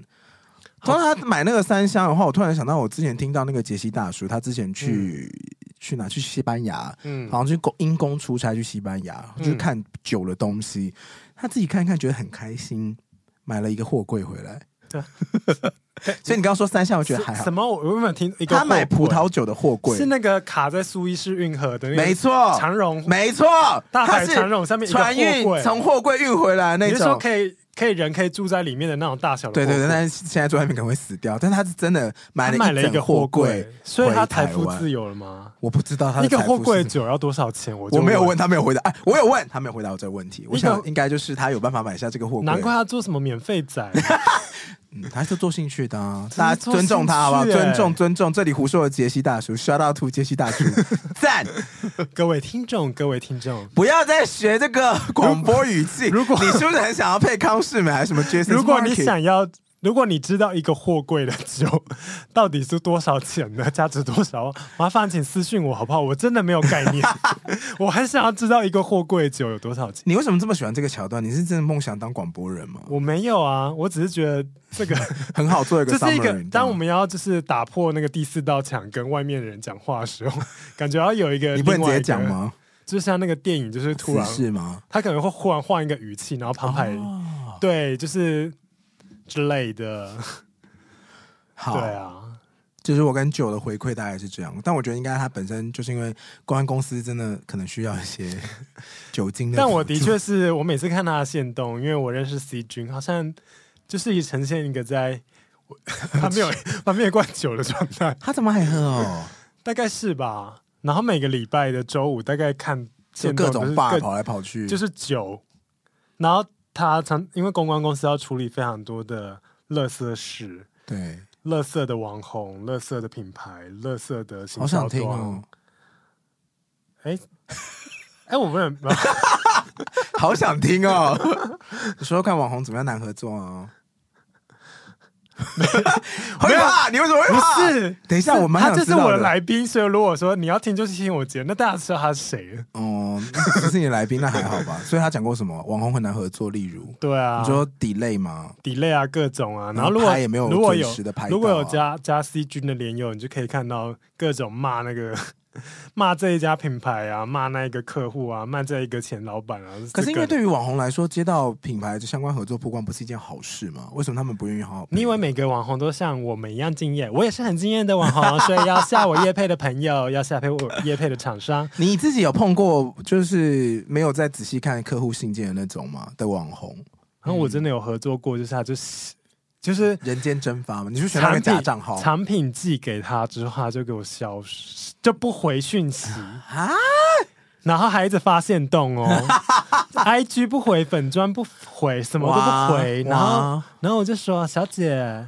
B: 通常他买那个三箱的话，我突然想到，我之前听到那个杰西大叔，他之前去、去哪？去西班牙，
A: 嗯，
B: 好像去公因公出差去西班牙，
A: 嗯
B: 去看酒的东西，他自己看一看觉得很开心，买了一个货柜回来。
A: 对
B: 所以你刚刚说三项，我觉得还好
A: 什。么？我有没有听一个
B: 他买
A: 货柜
B: 葡萄酒的货柜
A: 是，那个卡在苏伊士运河的那个，
B: 没错，
A: 长荣
B: 没错，
A: 大
B: 他
A: 海
B: 是
A: 长荣上面一个
B: 船
A: 货
B: 运
A: 柜，
B: 从货柜运回来那
A: 你是说
B: 种。
A: 可以可以人可以住在里面的那种大小的
B: 对
A: 货柜？
B: 对对，但是现在坐在那边可能会死掉，但他是真的买
A: 他
B: 了
A: 买了一
B: 整
A: 个
B: 货
A: 柜，，所以他财富
B: 回台湾
A: 自由了吗？
B: 我不知道他的
A: 一个
B: 财
A: 货
B: 富
A: 柜
B: 是什么，
A: 酒要多少钱？我就
B: 我没有问他没有回答，哎，我有问他没有回答我这个问题，我
A: 一个
B: 想应该就是他有办法买下这个货柜，
A: 难怪他做什么免费仔，
B: 嗯他是做兴趣的啊，
A: 是
B: 大家尊重他好不好？
A: 做兴趣
B: 尊
A: 欸
B: 重尊重，这里胡说的杰西大叔，shout out to 杰西大 叔，赞！
A: 各位听众，各位听 众。
B: 不要再学这个广播语气。
A: 如果
B: 你是不是很想要配康世美还是什么 Jason？
A: 如果你
B: Market？
A: 想要，如果你知道一个货柜的酒到底是多少钱呢，价值多少，麻烦请私信我好不好？我真的没有概 念，我很想要知道一个货柜酒有多少钱。
B: 你为什么这么喜欢这个桥段？你是真的梦想当广播人吗？
A: 我没有啊，我只是觉得这 个
B: 很好做一
A: 这
B: 个
A: 是
B: summary
A: 一
B: 你知道
A: 个
B: 吗。，
A: 当我们要就是打破那个第四道墙，跟外面的人讲话的时候，感觉要有一个
B: 你不能
A: 另
B: 直
A: 外一
B: 接
A: 个
B: 讲？吗？
A: 就像那个电影，就是突然
B: 是吗？
A: 他可能会忽然换一个语气，然后旁白、
B: 哦
A: 对，就是之类的，对
B: 好，
A: 啊，
B: 就是我跟九的回馈大概是这样，但我觉得应该他本身就是因为公安公司真的可能需要一些酒精的 辅助，
A: 但我的确是我每次看他的线动，因为我认识 C 君，好像就是也呈现一个在 我旁边有旁边有罐酒的状态，
B: 他怎么还喝 哦？
A: 大概是吧。然后每个礼拜的周五大概看
B: 就
A: 线
B: 各
A: 动
B: 种
A: 是
B: 爸
A: 各
B: 跑来跑去，
A: 就是酒，然后他常因为公关公司要处理非常多的垃圾事。
B: 对，
A: 乐色的网红、乐色的品牌、乐色的行
B: 好想
A: 销
B: 听
A: 端
B: 哦，，
A: 哎、 哎、我们有
B: 好想听哦。你 说说看网红怎么样难合作啊？ 会怕？你为什么会怕？
A: 不是，
B: 等一下我蛮
A: 他
B: 想
A: 这
B: 知
A: 是
B: 道
A: 我的
B: 的
A: 来宾，所以如果说你要听就听我节，那大家知道他是谁了。
B: 哦，只是你来宾那还好吧？ 所以他讲过什么？网红很难合作，例如
A: 对啊，
B: 你说 delay 吗？
A: delay 啊，各种啊，然
B: 后
A: 后如果
B: 拍也没有
A: 如果
B: 准
A: 有
B: 时地拍
A: 如果
B: 到啊
A: 有加加 C 君的连友，你就可以看到各种骂那个 骂这一家品牌啊，骂那一个客户啊，骂这一个前老板啊。
B: 可是因为
A: 这个
B: 对于网红来说，接到品牌的相关合作曝光不是一件好事吗？为什么他们不愿意好好？
A: 你以为每个网红都像我们一样敬业？我也是很敬业的网红，所以要下我叶配的朋友，要下配我叶配的厂商。
B: 你自己有碰过就是没有再仔细看客户信件的那种吗？的网红
A: 然后我真的有合作过，就是他就是就是
B: 人间蒸发吗？你是选那
A: 产
B: 个
A: 品
B: 假账号
A: 产品寄给他之后，他就给我消失，就不回讯息，
B: 啊？
A: 然后还一直发现动 哦，IG 不回，粉砖不回，什么都不回，
B: 哇
A: 然后
B: 哇
A: 然后我就说小姐。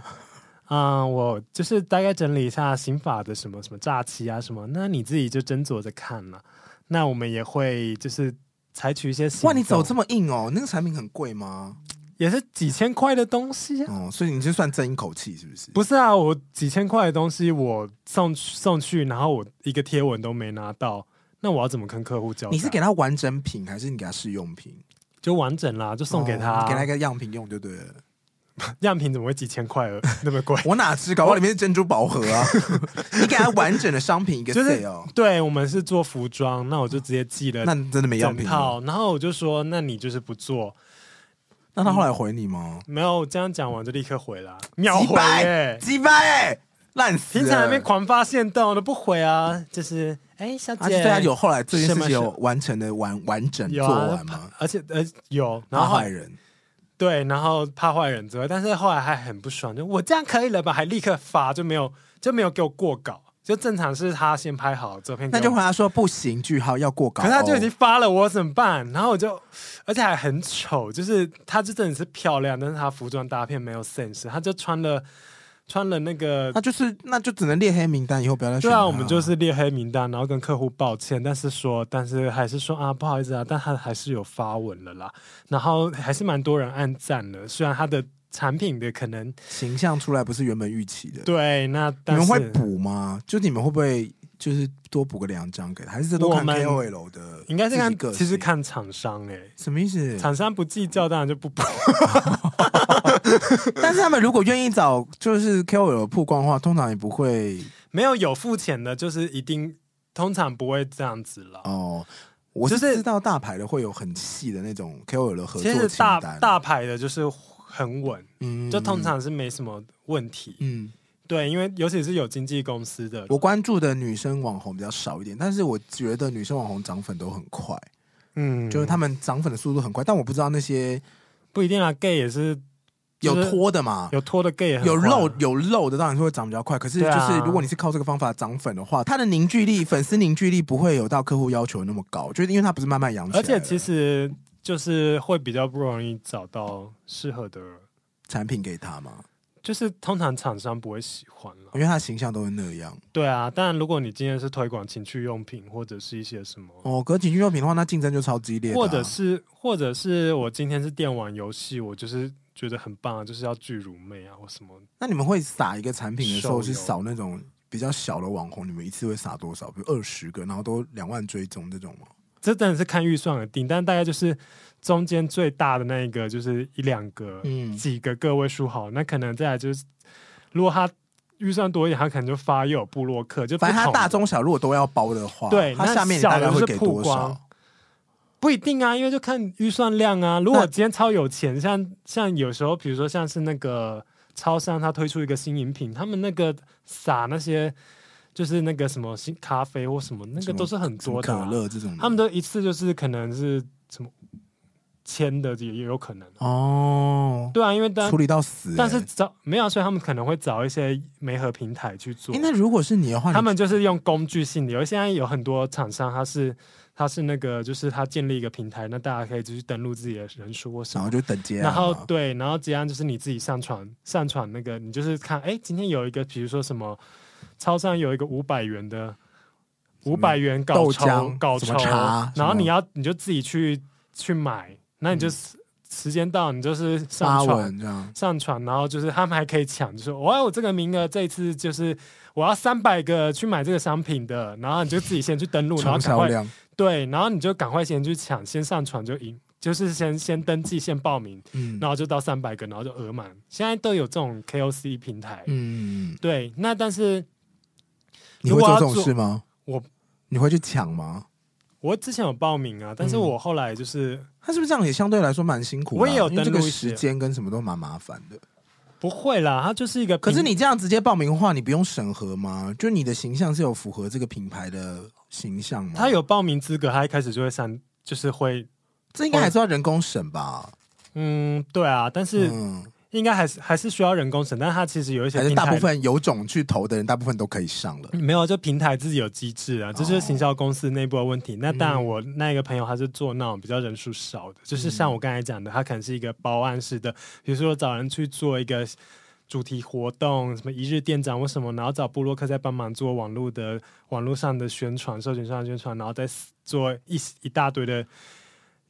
A: 嗯，我就是大概整理一下刑法的什么什么诈欺啊什么，那你自己就斟酌着看了、那我们也会就是采取一些行动
B: 哇，你走这么硬哦？那个产品很贵吗？
A: 也是几千块的东西啊，
B: 哦，所以你就算争一口气是不是？
A: 不是啊，我几千块的东西我送去送去，然后我一个贴文都没拿到，那我要怎么跟客户交代？
B: 你是给他完整品还是你给他试用品？
A: 就完整啦，就送给他、
B: 哦你给他一个样品用就对了。
A: 样品，怎么会几千块而 那么贵？
B: 我哪知？搞不好里面是珍珠宝盒 啊！你给他完整的商品一个
A: 就是
B: sale，、哦
A: 对我们是做服装，那我就直接寄了
B: 那你真的没样
A: 整
B: 品哦
A: 套，然后我就说，那你就是不做，
B: 那他后来回你吗？
A: 没有这样讲完就立刻回啦，秒
B: 几
A: 回耶、
B: 百几百哎，烂死了！
A: 平常还没狂发现动我都不回啊，就是哎、小
B: 啊，
A: 姐，
B: 对他有后来这件事
A: 什么
B: 情
A: 时
B: 有
A: 候
B: 完成的完完整
A: 有
B: 做
A: 啊
B: 完吗？，
A: 而且呃有，然
B: 然
A: 后
B: 后
A: 后
B: 坏
A: 来
B: 人，
A: 对，然后怕坏人之外，但是后来还很不爽，就我这样可以了吧？还立刻发，就没有就没有给我过稿，就正常是他先拍好照片给
B: 那
A: 我，
B: 就回答说不行，句号要过稿哦。
A: 可是他就已经发了，我怎么办？然后我就，而且还很丑，就是她就真的是漂亮，但是她服装搭配没有 sense，她就穿了穿了那个
B: 那，就是那就只能列黑名单，以后不要再选
A: 对
B: 他
A: 啊，
B: 了。
A: 我们就是列黑名单，然后跟客户抱歉，但是说，但是还是说啊，不好意思啊，但她还是有发文了啦，然后还是蛮多人按赞的，虽然她的产品的可能
B: 形象出来不是原本预期的。
A: 对，那
B: 你
A: 但
B: 们
A: 是
B: 会补吗？就你们会不会就是多补个两张给他？还是这都
A: 我
B: 看
A: 们
B: KOL 的？
A: 应该是看，
B: 个性，
A: 其实看厂商诶、
B: 什么意思？
A: 厂商不计较，当然就不补。
B: 但是他们如果愿意找就是 KOL 曝光的话，通常也不会
A: 没有有付钱的，就是一定通常不会这样子了。
B: 哦。我是
A: 就是
B: 知道大牌的会有很细的那种 KOL 的合
A: 其
B: 作
A: 实
B: 清
A: 大
B: 单，
A: 大牌的就是很稳，
B: 嗯
A: 就通常是没什么问题。
B: 嗯，
A: 对，因为尤其是有经纪公司的，
B: 我关注的女生网红比较少一点，但是我觉得女生网红涨粉都很快，
A: 嗯，
B: 就是他们涨粉的速度很快，但我不知道那些
A: 不一定啊，gay 也是
B: 有
A: 就是
B: 脱的嘛。
A: 有脱的 gay，也很
B: 有
A: 快啊
B: 漏有漏的，当然是会涨比较快。可是就
A: 对啊
B: 是，如果你是靠这个方法涨粉的话，它的凝聚力、粉丝凝聚力不会有到客户要求那么高，就是因为它不是慢慢养起来
A: 而
B: 的。
A: 且其实就是会比较不容易找到适合的，
B: 产品给他嘛，
A: 就是通常厂商不会喜欢了
B: 因。为他的形象都是那样。
A: 对啊，当然如果你今天是推广情趣用品或者是一些什么，
B: 哦，可是情趣用品的话，那竞争就超激烈的啊、
A: 或者是或者是我今天是电玩游戏，我就是觉得很棒啊，就是要巨乳妹啊或什么，
B: 那你们会撒一个产品的时候
A: 手
B: 是
A: 游
B: 扫那种比较小的网红，你们一次会撒多少？比如二十个，然后都两万追踪这种吗？
A: 这真的是看预算而定，但大概就是中间最大的那一个就是一两个，
B: 嗯，
A: 几个个位数好，那可能再来就是，如果他预算多一点，他可能就发又有部落客，就不
B: 反正它
A: 同
B: 大
A: 的
B: 众小如果都要包的话，
A: 对
B: 它
A: 那
B: 下面你
A: 小
B: 大概
A: 的
B: 会
A: 是
B: 给
A: 曝
B: 多少
A: 光？不一定啊，因为就看预算量啊。如
B: 那
A: 果今天超有钱，像像有时候，比如说像是那个超商，它推出一个新饮品，他们那个撒那些就是那个什么新咖啡或什么，那
B: 什
A: 个
B: 么
A: 都是很
B: 什
A: 多的
B: 么可
A: 啊、
B: 乐这种的，
A: 他们都一次就是可能是什么千的也也有可能。啊
B: 哦，
A: 对啊，因为但
B: 处理到死、欸。
A: 但是找没有啊，所以他们可能会找一些媒合平台去做
B: 诶、。那如果是你的话，
A: 他
B: 你
A: 们就是用工具性的，有现在有很多厂商，他是他是那个，就是他建立一个平台，那大家可以就是登录自己的人数或什
B: 然
A: 么
B: 后，就等接案
A: 然
B: 嘛，
A: 后对，然后结案就是你自己上传上传那个，你就是看，哎，今天有一个，比如说什么，超商有一个五百元的五百元搞
B: 豆
A: 酬
B: 浆
A: 搞
B: 什
A: 酬
B: 么茶，
A: 然后
B: 什么
A: 你要你就自己去去买，那你就
B: 嗯
A: 时时间到，你就是
B: 发
A: 上传
B: 文这样。
A: 上传，然后就是他们还可以抢，就是我有这个名额，这一次就是我要三百个去买这个商品的，然后你就自己先去 登录，然后赶
B: 冲销
A: 快嗯
B: 量，
A: 对，然后你就赶快先去抢，先上传就赢，就是先先登记，先报名，
B: 嗯
A: 然后就到三百个，然后就额满。现在都有这种 KOC 平台，
B: 嗯，
A: 对，那但是
B: 你
A: 如
B: 会
A: 果
B: 做
A: 要
B: 这种
A: 做
B: 事吗？你会去抢吗？
A: 我之前有报名啊，
B: 嗯
A: 但是我后来就是
B: 他是不是这样也相对来说蛮辛苦的啊？
A: 我也有
B: 因为这
A: 登
B: 个
A: 录一
B: 时
A: 些
B: 间跟什么都蛮麻烦的。
A: 不会啦，它就是一个
B: 可
A: 平。
B: 是你这样直接报名的话，你不用审核吗？就你的形象是有符合这个品牌的形象吗？
A: 他有报名资格，他一开始就会删，就是会
B: 这应该还是要人工审吧？
A: 嗯，对啊，但是
B: 嗯，
A: 应该还是还是需要人工审，但是它其实有一些
B: 还是
A: 平
B: 大
A: 台
B: 部分有种去投的人，大部分都可以上了。
A: 嗯没有，就平台自己有机制啊，这就是
B: 哦
A: 行销公司内部的问题。那当然，
B: 嗯
A: 我那一个朋友他是做那种比较人数少的，就是
B: 嗯
A: 像我刚才讲的，他可能是一个包案式的，比如说找人去做一个主题活动，什么一日店长或什么，然后找布洛克再帮忙做网络的网络上的宣传、社群上的宣传，然后再做一一大堆的，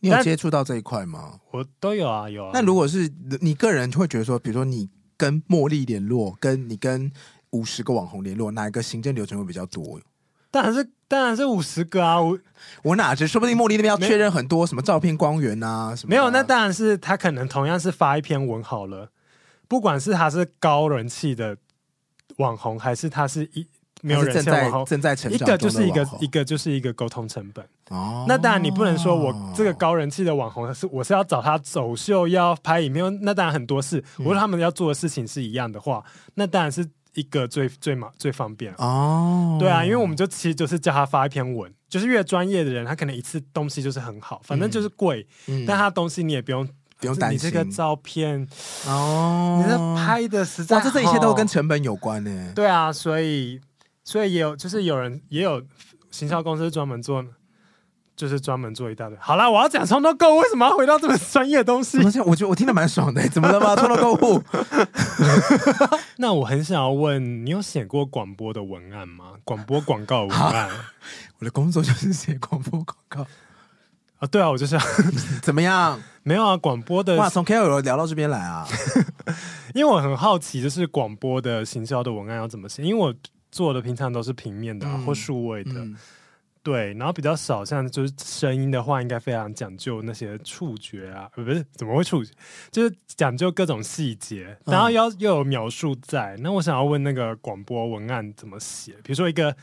B: 你有
A: 但
B: 接触到这一块吗？
A: 我都有啊，有啊。
B: 那如果是你个人会觉得说，比如说你跟茉莉联络，跟你跟五十个网红联络，哪一个行政流程会比较多？
A: 当然是当然是五十个啊，我
B: 我哪知？说不定茉莉那边要确认很多什么照片光源啊，什么
A: 没
B: 的啊
A: 有，那当然是他可能同样是发一篇文好了，不管是他是高人气的网红，还是他是一没有
B: 还是
A: 人
B: 正
A: 气的网
B: 在
A: 红，
B: 正在成
A: 一
B: 长
A: 个就
B: 中的
A: 是一个
B: 网红
A: 一个就是一个沟通成本。
B: 哦
A: 那当然你不能说我这个高人气的网红是我是要找他走秀，要拍影片，那当然很多事。我说他们要做的事情是一样的话，那当然是一个最最嘛最方便。
B: 哦，
A: 对啊，因为我们就其实就是叫他发一篇文，就是越专业的人，他可能一次东西就是很好，反正就是贵，
B: 嗯
A: 但他东西你也不用
B: 不用担心
A: 你这个照片，
B: 哦，
A: 你这拍的实在
B: 哇，
A: 好，
B: 这这一切都跟成本有关呢、
A: 对啊，所以所以也有就是有人也有行销公司专门做，就是专门做一大堆。好啦，我要讲冲动购物，为什么要回到这么专业的东西
B: 怎？么现在我觉得我听得蛮爽的、怎么 了吗？冲动购物，
A: 那我很想要问，你有写过广播的文案吗？广播广告文 案
B: 我的工作就是写广播广告，
A: 啊？对啊，我就是要
B: 怎么样？
A: 没有啊，广播的
B: 哇，从 KOL 聊到这边来啊，
A: 因为我很好奇，就是广播的行销的文案要怎么写，因为我做的平常都是平面的、啊
B: 嗯
A: 或数位的，
B: 嗯，
A: 对，然后比较少像就是声音的话，应该非常讲究那些触觉啊，呃不是怎么会触觉，就是讲究各种细节，
B: 嗯
A: 然后要又有描述在。那我想要问那个广播文案怎么写，比如说一个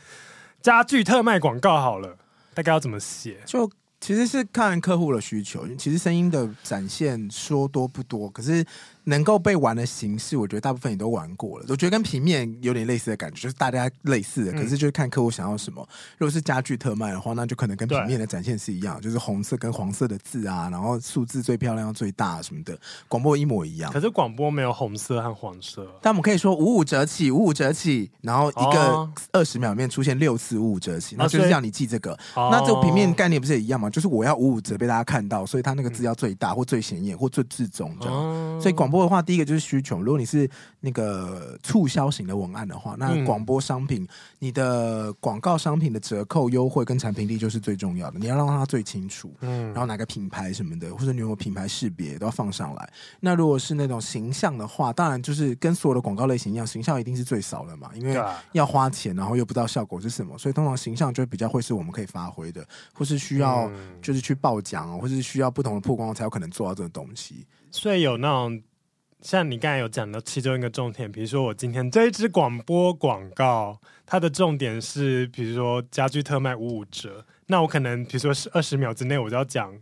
A: 家具特卖广告好了，大概要怎么写？
B: 就其实是看客户的需求，其实声音的展现说多不多，可是能够被玩的形式，我觉得大部分也都玩过了。我觉得跟平面有点类似的感觉，就是大家类似的，可是就是看客户想要什么。如果是家具特卖的话，那就可能跟平面的展现是一样，就是红色跟黄色的字啊，然后数字最漂亮、最大什么的，广播一模一样
A: 可。是广播没有红色和黄色，
B: 但我们可以说五五折起，五五折起，然后一个
A: 哦啊
B: 二十秒里面出现六次五五折起，那就
A: 所
B: 是
A: 以
B: 要你记这个。
A: 哦
B: 那这个平面概念不是也一样吗？就是我要五五折被大家看到，所以它那个字要最大或最显眼或最至中这样。
A: 哦
B: 所以广播的话，第一个就是需求。如果你是那个促销型的文案的话，那
A: 嗯
B: 广播商品、你的广告商品的折扣、优惠跟产品力就是最重要的，你要让它最清楚。
A: 嗯
B: 然后哪个品牌什么的，或者你有没有品牌识别都要放上来。那如果是那种形象的话，当然就是跟所有的广告类型一样，形象一定是最少的嘛，因为
A: 对啊
B: 要花钱，然后又不知道效果是什么，所以通常形象就比较会是我们可以发挥的，或是需要
A: 嗯
B: 就是去报奖哦，或是需要不同的曝光才有可能做到这个东西。
A: 所以有那种像你刚才有讲的其中一个重点，比如说我今天这一支广播广告，它的重点是比如说家居特卖五五折，那我可能比如说是二十秒之内我就要讲。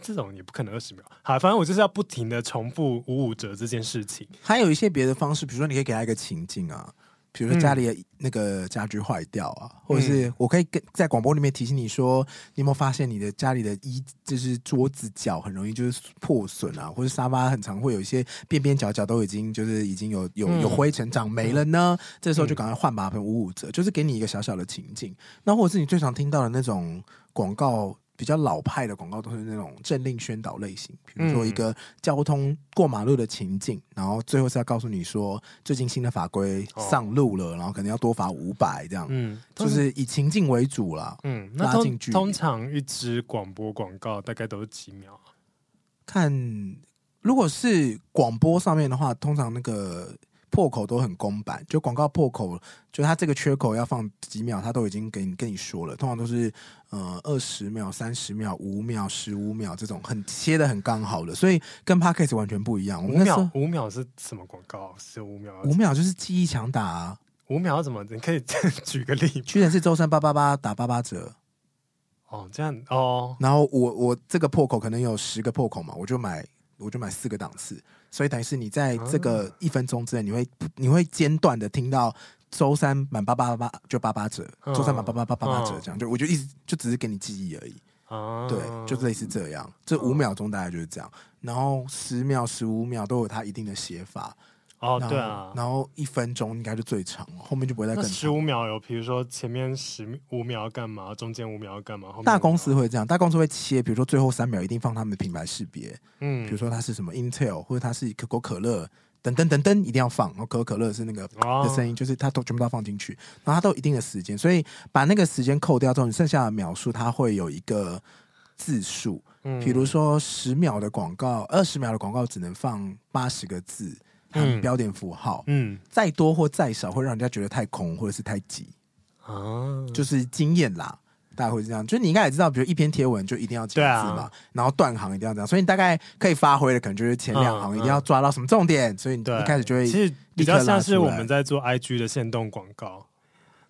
A: 这种也不可能二十秒，好，反正我就是要不停的重复五五折这件事情。
B: 还有一些别的方式，比如说你可以给他一个情境啊，比如说家里的那个家具坏掉啊，或者是我可以跟在广播里面提醒你说，你有没有发现你的家里的衣就是桌子角很容易就是破损啊，或者沙发很常会有一些边边角角都已经就是已经有有
A: 嗯
B: 有灰尘长霉了呢？这时候就赶快换吧，喷五五折，就是给你一个小小的情境。那或者是你最常听到的那种广告。比较老派的广告都是那种政令宣导类型，比如说一
A: 嗯
B: 个个交通过马路的情境，然后最后是要告诉你说，最近新的法规
A: 哦
B: 上路了，然后可能要多罚五百这样，
A: 嗯，
B: 就
A: 通
B: 是以情境为主啦。
A: 嗯，那
B: 拉
A: 通
B: 近距离
A: 通常一支广播广告大概都是几秒啊？
B: 看如果是广播上面的话，通常那个破口都很公版，就广告破口，就它这个缺口要放几秒，它都已经给你跟你说了，通常都是呃二十秒、三十秒、五秒、十五秒这种很切的很刚好的，所以跟 p a c k a g e 完全不一样。我
A: 五
B: 们那时
A: 秒
B: 候，
A: 五秒是什么广告？十五秒啊？
B: 五秒就是记忆强打啊、
A: 五秒要怎么？你可以 举个例吗
B: 屈臣氏周三八八八打八八折，
A: 哦，这样哦，
B: 然后我我这个破口可能有十个破口嘛，我就买我就买四个档次，所以等于是你在这
A: 啊
B: 个一分钟之内，你会你会间断的听到周三满八八八就八八折，
A: 嗯
B: 周三满八八八八八折
A: 嗯
B: 这样，就我就一直就只是给你记忆而已，
A: 啊，
B: 对，就类似这样，这
A: 嗯
B: 五秒钟大概就是这样，然后十秒、十五秒都有它一定的写法，
A: 哦，
B: 然后
A: 对啊。
B: 然后一分钟应该就最长，后面就不会再
A: 那
B: 更
A: 十
B: 长。
A: 五秒有，比如说前面十五秒要干嘛，中间五秒要干嘛，后面
B: 大
A: 五秒
B: 公司会这样，大公司会切，比如说最后三秒一定放他们的品牌识别，
A: 嗯
B: 比如说它是什么 Intel，或者它是可口可乐，等等等等，一定要放。然后可口可乐是那个
A: 哦
B: 的声音，就是它都全部都要放进去，然后它都有一定的时间，所以把那个时间扣掉之后，你剩下的秒数它会有一个字数，
A: 嗯
B: 比如说十秒的广告，二十秒的广告只能放八十个字，
A: 嗯
B: 含标点符号，
A: 嗯
B: 再多或再少会让人家觉得太空或者是太急，
A: 啊，
B: 就是经验啦。大概会是这样，就是你应该也知道，比如一篇贴文就一定要几个
A: 对
B: 字
A: 啊
B: 嘛，然后断行一定要这样，所以你大概可以发挥的可能就是前两行
A: 嗯
B: 一定要抓到什么重点，所以你
A: 对，
B: 一开始就会
A: 其实比较像是我们在做 IG 的限动广告，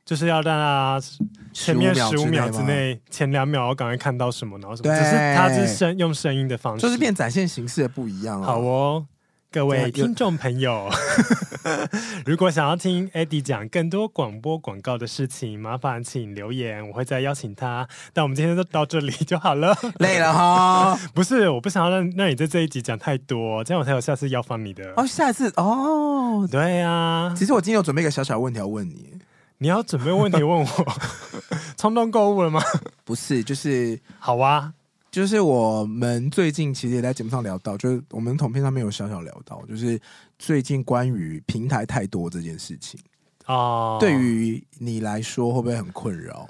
A: 就是要让大家前面十
B: 15
A: 五秒之
B: 之内
A: 内，前两秒要赶快看到什么，然后什么，
B: 对
A: 只是它是声用声音的方
B: 嘛，
A: 式，
B: 就是变展现形式的不一样
A: 嗯好
B: 哦。
A: 哦。各位
B: 对有
A: 听众朋 友，如果想要听 Eddie 讲更多广播广告的事情，麻烦请留言，我会再邀请他。但我们今天就到这里就好了。
B: 累了哈，
A: 不是，我不想要让让你在这一集讲太多，这样我才有下次要访你的。
B: 哦，下一次哦，
A: 对啊，
B: 其实我今天有准备一个小小问题要问你，
A: 你要准备问题问我， 冲动购物了吗？
B: 不是，就是
A: 好啊，
B: 就是我们最近其实也在节目上聊到，就是我们统片上面有小小聊到，就是最近关于平台太多这件事情，
A: 哦，
B: 对于你来说会不会很困扰？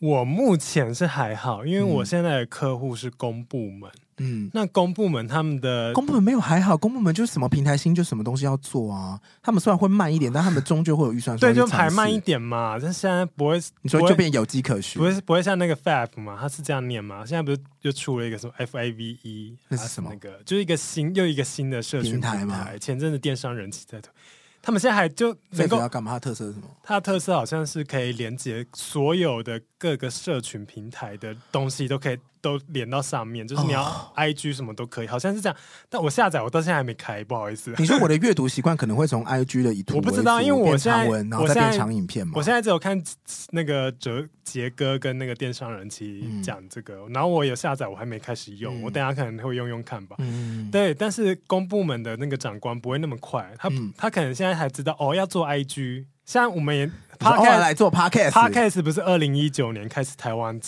A: 我目前是还好，因为
B: 嗯
A: 我现在的客户是公部门，
B: 嗯，
A: 那公部门他们的
B: 公部门没有还好，公部门就是什么平台新就什么东西要做啊。他们虽然会慢一点，但他们终究会有预算。
A: 啊对
B: 所以
A: 就
B: 会尝
A: 排
B: 试
A: 慢一。点嘛，但现在不会，
B: 你说
A: 不会
B: 就变有迹可循
A: 不，会不会像那个 FAV 嘛，它是这样念嘛，现在不是又出了一个什么 FAVE，
B: 那是什么
A: 还 E，啊那个就是一个新又一个新的社群平
B: 平台嘛
A: 前阵子电商人气在推，他们现在还就
B: 所
A: 能
B: 以
A: 够
B: 要干嘛？它的特色是什么？
A: 它的特色好像是可以连接所有的各个社群平台的东西，都可以都连到上面，就是你要
B: 哦
A: IG 什么都可以，好像是这样。但我下载我到现在还没开，不好意思。
B: 你说我的阅读习惯可能会从 I G 的以图
A: 我不知道
B: 为主
A: 因为我
B: 变
A: 现在
B: 长文，然后
A: 我
B: 再变
A: 现在
B: 长影片嘛。
A: 我现在只有看那个哲杰哥跟那个电商人气讲这个，然后我有下载，我还没开始用，
B: 嗯
A: 我等一下可能会用用看吧。
B: 嗯，
A: 对，但是公部门的那个长官不会那么快，他、
B: 嗯
A: 他可能现在还知道哦要做 IG，像我 们也
B: 你说
A: Podcast-
B: 偶尔来做 podcast，,
A: Podcast 不是二零一九年开始台湾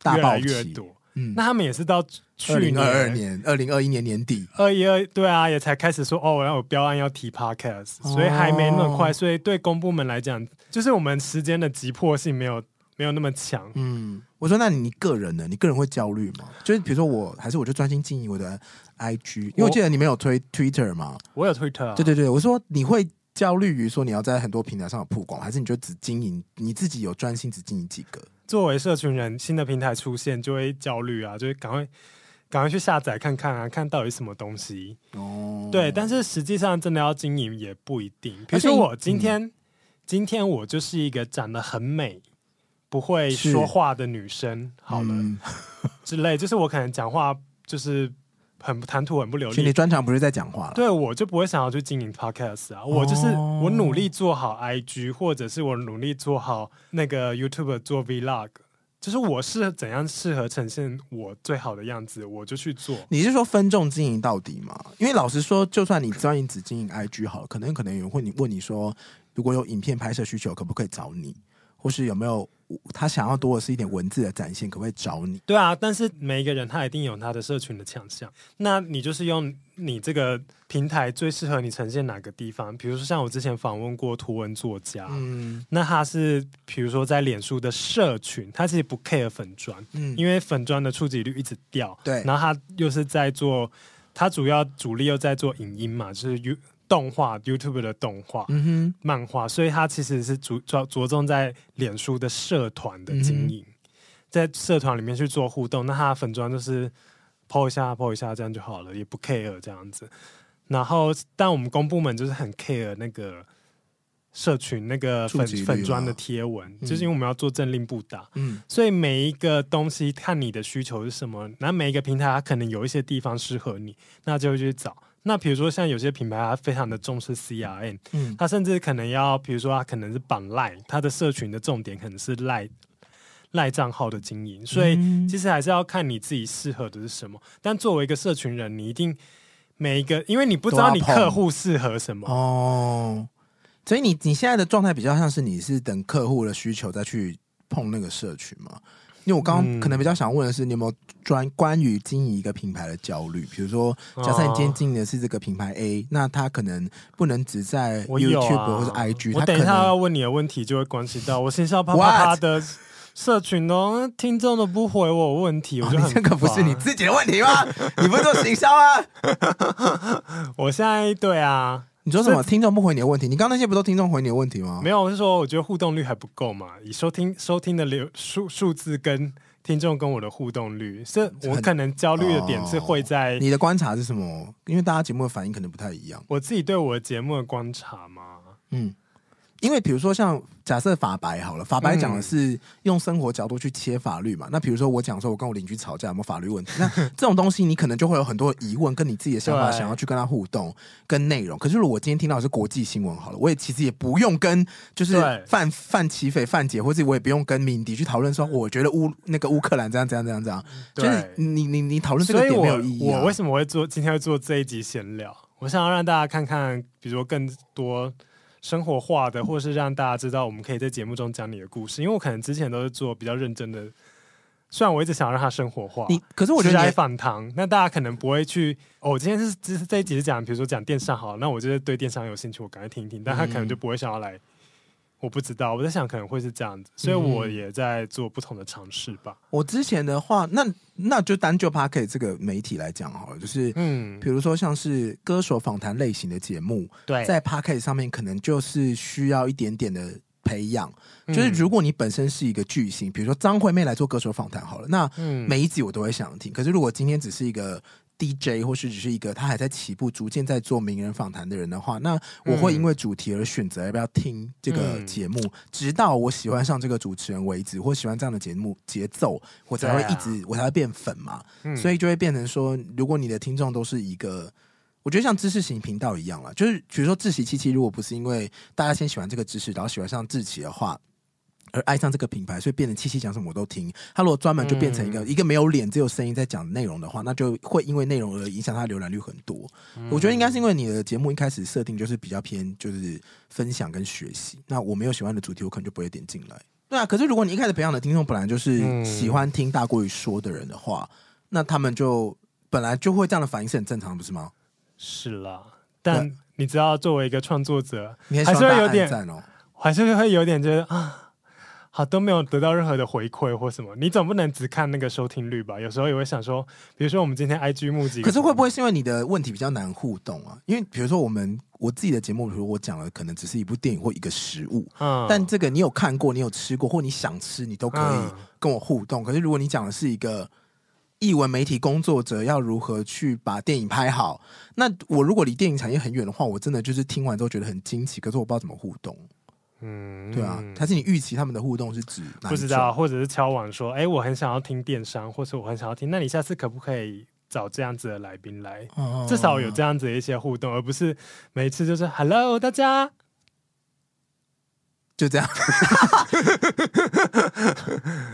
B: 大
A: 越
B: 爆
A: 来
B: 起
A: 越多，
B: 嗯，
A: 那他们也是到
B: 二
A: 去
B: 零二二
A: 年
B: 年、二零二一年年底，
A: 二一二对啊，也才开始说哦，我要有标案要提 Podcast，
B: 哦
A: 所以还没那么快，所以对公部门来讲，就是我们时间的急迫性没有没有那么强。
B: 嗯，我说那你个人呢？你个人会焦虑吗？就是比如说我，还是我就专心经营我的 I G，因为我记得你们有推 Twitter 嘛，
A: 我有 Twitter，、啊、
B: 对对对，我说你会焦虑于说你要在很多平台上有曝光，还是你就只经营你自己有专心只经营几个？
A: 作为社群人，新的平台出现就会焦虑啊，就会赶快赶快去下载看看啊，看到底是什么东西。
B: 哦，
A: 对，但是实际上真的要经营也不一定。比
B: 而
A: 如
B: 且嗯
A: 说我今天，今天我就是一个长得很美、不会
B: 是
A: 说话的女生，好了、
B: 嗯
A: 之类，就是我可能讲话就是很不谈吐很不流
B: 所以你
A: 利。
B: 专长不是在讲话了，
A: 对，我就不会想要去经营 podcast 啊，我就是
B: 哦
A: 我努力做好 IG，或者是我努力做好那个 YouTube 做 vlog，就是我是怎样适合呈现我最好的样子，我就去做。
B: 你是说分众经营到底吗？因为老实说，就算你专营只经营 IG 好了，可能可能有人会你问你说，如果有影片拍摄需求，可不可以找你？或是有没有他想要多的是一点文字的展现，可不可以找你？
A: 对啊，但是每一个人他一定有他的社群的强项，那你就是用你这个平台最适合你呈现哪个地方？比如说像我之前访问过图文作家，
B: 嗯
A: 那他是比如说在脸书的社群，他其实不 care 粉砖，
B: 嗯
A: 因为粉砖的触及率一直掉，
B: 对
A: 然后他又是在做，他主要主力又在做影音嘛，就是 U 动画 YouTube 的动画，
B: 嗯哼，
A: 漫画，所以它其实是着着着重在脸书的社团的经营，在社团里面去做互动。那它的粉砖就是 PO 一下 PO 一下这样就好了，也不 care 这样子。然后，但我们公部门就是很 care 那个社群那个粉
B: 触及率
A: 粉砖
B: 嘛
A: 的贴文，就是因为我们要做政令不打，
B: 嗯，
A: 所以每一个东西看你的需求是什么，那每一个平台它可能有一些地方适合你，那就会去找。那比如说像有些品牌，它非常的重视 CRM，
B: 嗯
A: 它甚至可能要，比如说它可能是绑赖，它的社群的重点可能是赖赖账号的经营，所以
B: 嗯
A: 其实还是要看你自己适合的是什么。但作为一个社群人，你一定每一个，因为你不知道你
B: 都要碰
A: 客户适合什么，
B: 哦，所以你你现在的状态比较像是你是等客户的需求再去碰那个社群嘛？因为我刚刚
A: 嗯
B: 可能比较想问的是，你有没有专关于经营一个品牌的焦虑？比如说，假设你今天经营的是这个品牌 A，那它可能不能只在
A: 我有
B: YouTube
A: 啊，
B: 或者 IG，
A: 我
B: 它
A: 等一
B: 可
A: 下要
B: 能哦
A: 问你的问题，就会关系到我行销啪啪啪
B: What？
A: 的社群哦，听众都不回我问题，我
B: 哦
A: 就很、
B: 你这个不是你，自己的问 题吗？你不是做行销啊？
A: 我现在对啊，
B: 你说什么？听众不回你的问题？你刚刚那些不都听众回你的问题吗？
A: 没有，我是说我觉得互动率还不够嘛，以收听收听的流数数字跟听众跟我的互动率，是我
B: 很哦
A: 可能焦虑的点是会在
B: 你的观察是什么？因为大家节目的反应可能不太一样。
A: 我自己对我的节目的观察嘛。
B: 嗯，因为比如说像假设法白好了，法白讲的
A: 嗯
B: 是用生活角度去切法律嘛。那比如说我讲说我跟我邻居吵架有没有法律问题， 那这种东西你可能就会有很多疑问，跟你自己的想法
A: 对
B: 想要去跟他互动跟内容。可是如果我今天听到的是国际新闻好了，我也其实也不用跟就是
A: 对
B: 范范齐斐范姐，或者我也不用跟敏迪去讨论说我觉得乌那个乌克兰这样这样这样这样，就
A: 对
B: 是你你你讨论这个
A: 所以
B: 点
A: 我
B: 没有意义、啊
A: 我为什么会做今天会做这一集闲聊？我想要让大家看看，比如说更多生活化的，或是让大家知道我们可以在节目中讲你的故事。因为我可能之前都是做比较认真的，虽然我一直想让它生活化。
B: 你可是我觉得你
A: 来
B: 也
A: 访谈，那大家可能不会去哦。我今天是这这一集是讲，比如说讲电商好了，那我就是对电商有兴趣，我赶快听一听，但他可能就不会想要来。我不知道，我在想可能会是这样子，所以我也在做不同的尝试吧。
B: 我之前的话，那那就单就 p a r k 这个媒体来讲好了，就是
A: 嗯，
B: 比如说像是歌手访谈类型的节目，
A: 对
B: 在 p a c k e t 上面可能就是需要一点点的培养。
A: 嗯
B: 就是如果你本身是一个巨星，比如说张惠妹来做歌手访谈好了，那
A: 嗯
B: 每一集我都会想听。可是如果今天只是一个 DJ 或是只是一个他还在起步、逐渐在做名人访谈的人的话，那我会因为主题而选择要不要听这个
A: 嗯
B: 节目，直到我喜欢上这个主持人为止，或喜欢这样的节目节奏，我才会
A: 对啊
B: 一直、我才会变粉嘛。
A: 嗯
B: 所以就会变成说，如果你的听众都是一个，我觉得像知识型频道一样啦，就是比如说志奇七七，如果不是因为大家先喜欢这个知识，然后喜欢上志奇的话。而爱上这个品牌，所以变成七七讲什么我都听。他如果专门就变成一个、一个没有脸只有声音在讲内容的话，那就会因为内容而影响他浏览率很多。我觉得应该是因为你的节目一开始设定就是比较偏就是分享跟学习。那我没有喜欢的主题，我可能就不会点进来。对啊，可是如果你一开始培养的听众本来就是
A: 嗯
B: 喜欢听大过于说的人的话，那他们就本来就会这样的反应是很正常的，不是吗？
A: 是啦，但你知道，作为一个创作者，
B: 你很喜
A: 还
B: 欢
A: 是会有
B: 大家
A: 点，
B: 按赞哦。
A: 还是会有点觉得啊，好都没有得到任何的回馈或什么。你总不能只看那个收听率吧？有时候也会想说，比如说我们今天 IG 募集，
B: 可是会不会是因为你的问题比较难互动啊？因为比如说我们我自己的节目，比如我讲了可能只是一部电影或一个食物，
A: 嗯，
B: 但这个你有看过，你有吃过，或你想吃，你都可以
A: 嗯
B: 跟我互动。可是如果你讲的是一个译文媒体工作者要如何去把电影拍好，那我如果离电影产业很远的话，我真的就是听完之后觉得很惊奇，可是我不知道怎么互动。
A: 嗯
B: 对啊，还是你预期他们的互动是指哪一
A: 不知道，或者是敲碗说，哎，我很想要听电商，或者我很想要听，那你下次可不可以找这样子的来宾来？
B: 种？哦
A: 至少有这样子的一些互动，而不是每次就是 “hello 大
B: 哦
A: 家
B: 就这样。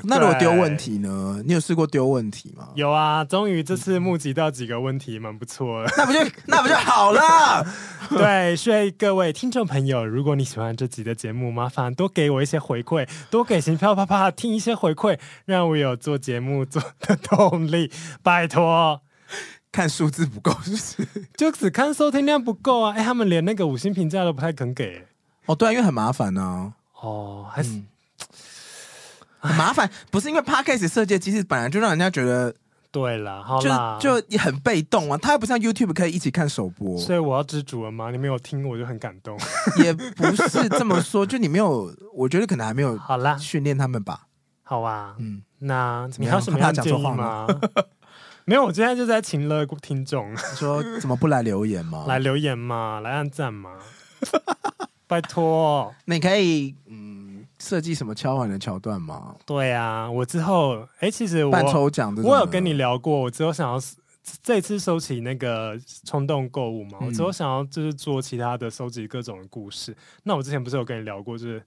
B: 那如果丢问题呢？你有试过丢问题吗”，？
A: 有啊，终于这
B: 嗯
A: 次募集到几个问题，蛮不错的。
B: 那不就那不就好了？
A: 对，所以各位听众朋友，如果你喜欢这集的节目，麻烦多给我一些回馈，多给行票啪啪听一些回馈，让我有做节目做的动力。拜托，
B: 看数字不够是不是？
A: 就只看收听量不够啊！哎，他们连那个五星评价都不太肯给。
B: 哦，对啊，因为很麻烦呢、
A: 哦，还是、
B: 很麻烦。不是因为 podcast 设计的机制本来就让人家觉得
A: 对啦，好啦，
B: 就就也很被动啊，它又不像 YouTube 可以一起看首播，
A: 所以我要知足了吗？你没有听，我就很感动。
B: 也不是这么说。就你没有，我觉得可能还没有
A: 好啦，
B: 训练他们吧。
A: 好啊，
B: 嗯，
A: 那
B: 么
A: 你
B: 样
A: 还有什么样的
B: 怕讲
A: 建
B: 错
A: 议
B: 话
A: 吗？ 没有，我今天就在请了 听众。
B: 说怎么不来留言吗？
A: 来留言嘛，来按赞嘛。拜托。
B: 你可以嗯设计什么敲碗的桥段吗？
A: 对啊，我之后哎、其实
B: 办
A: 我
B: 抽奖的，
A: 我有跟你聊过，我之后想要这次收起那个冲动购物嘛，我之后想要就是做其他的收集各种的故事。那我之前不是有跟你聊过，就是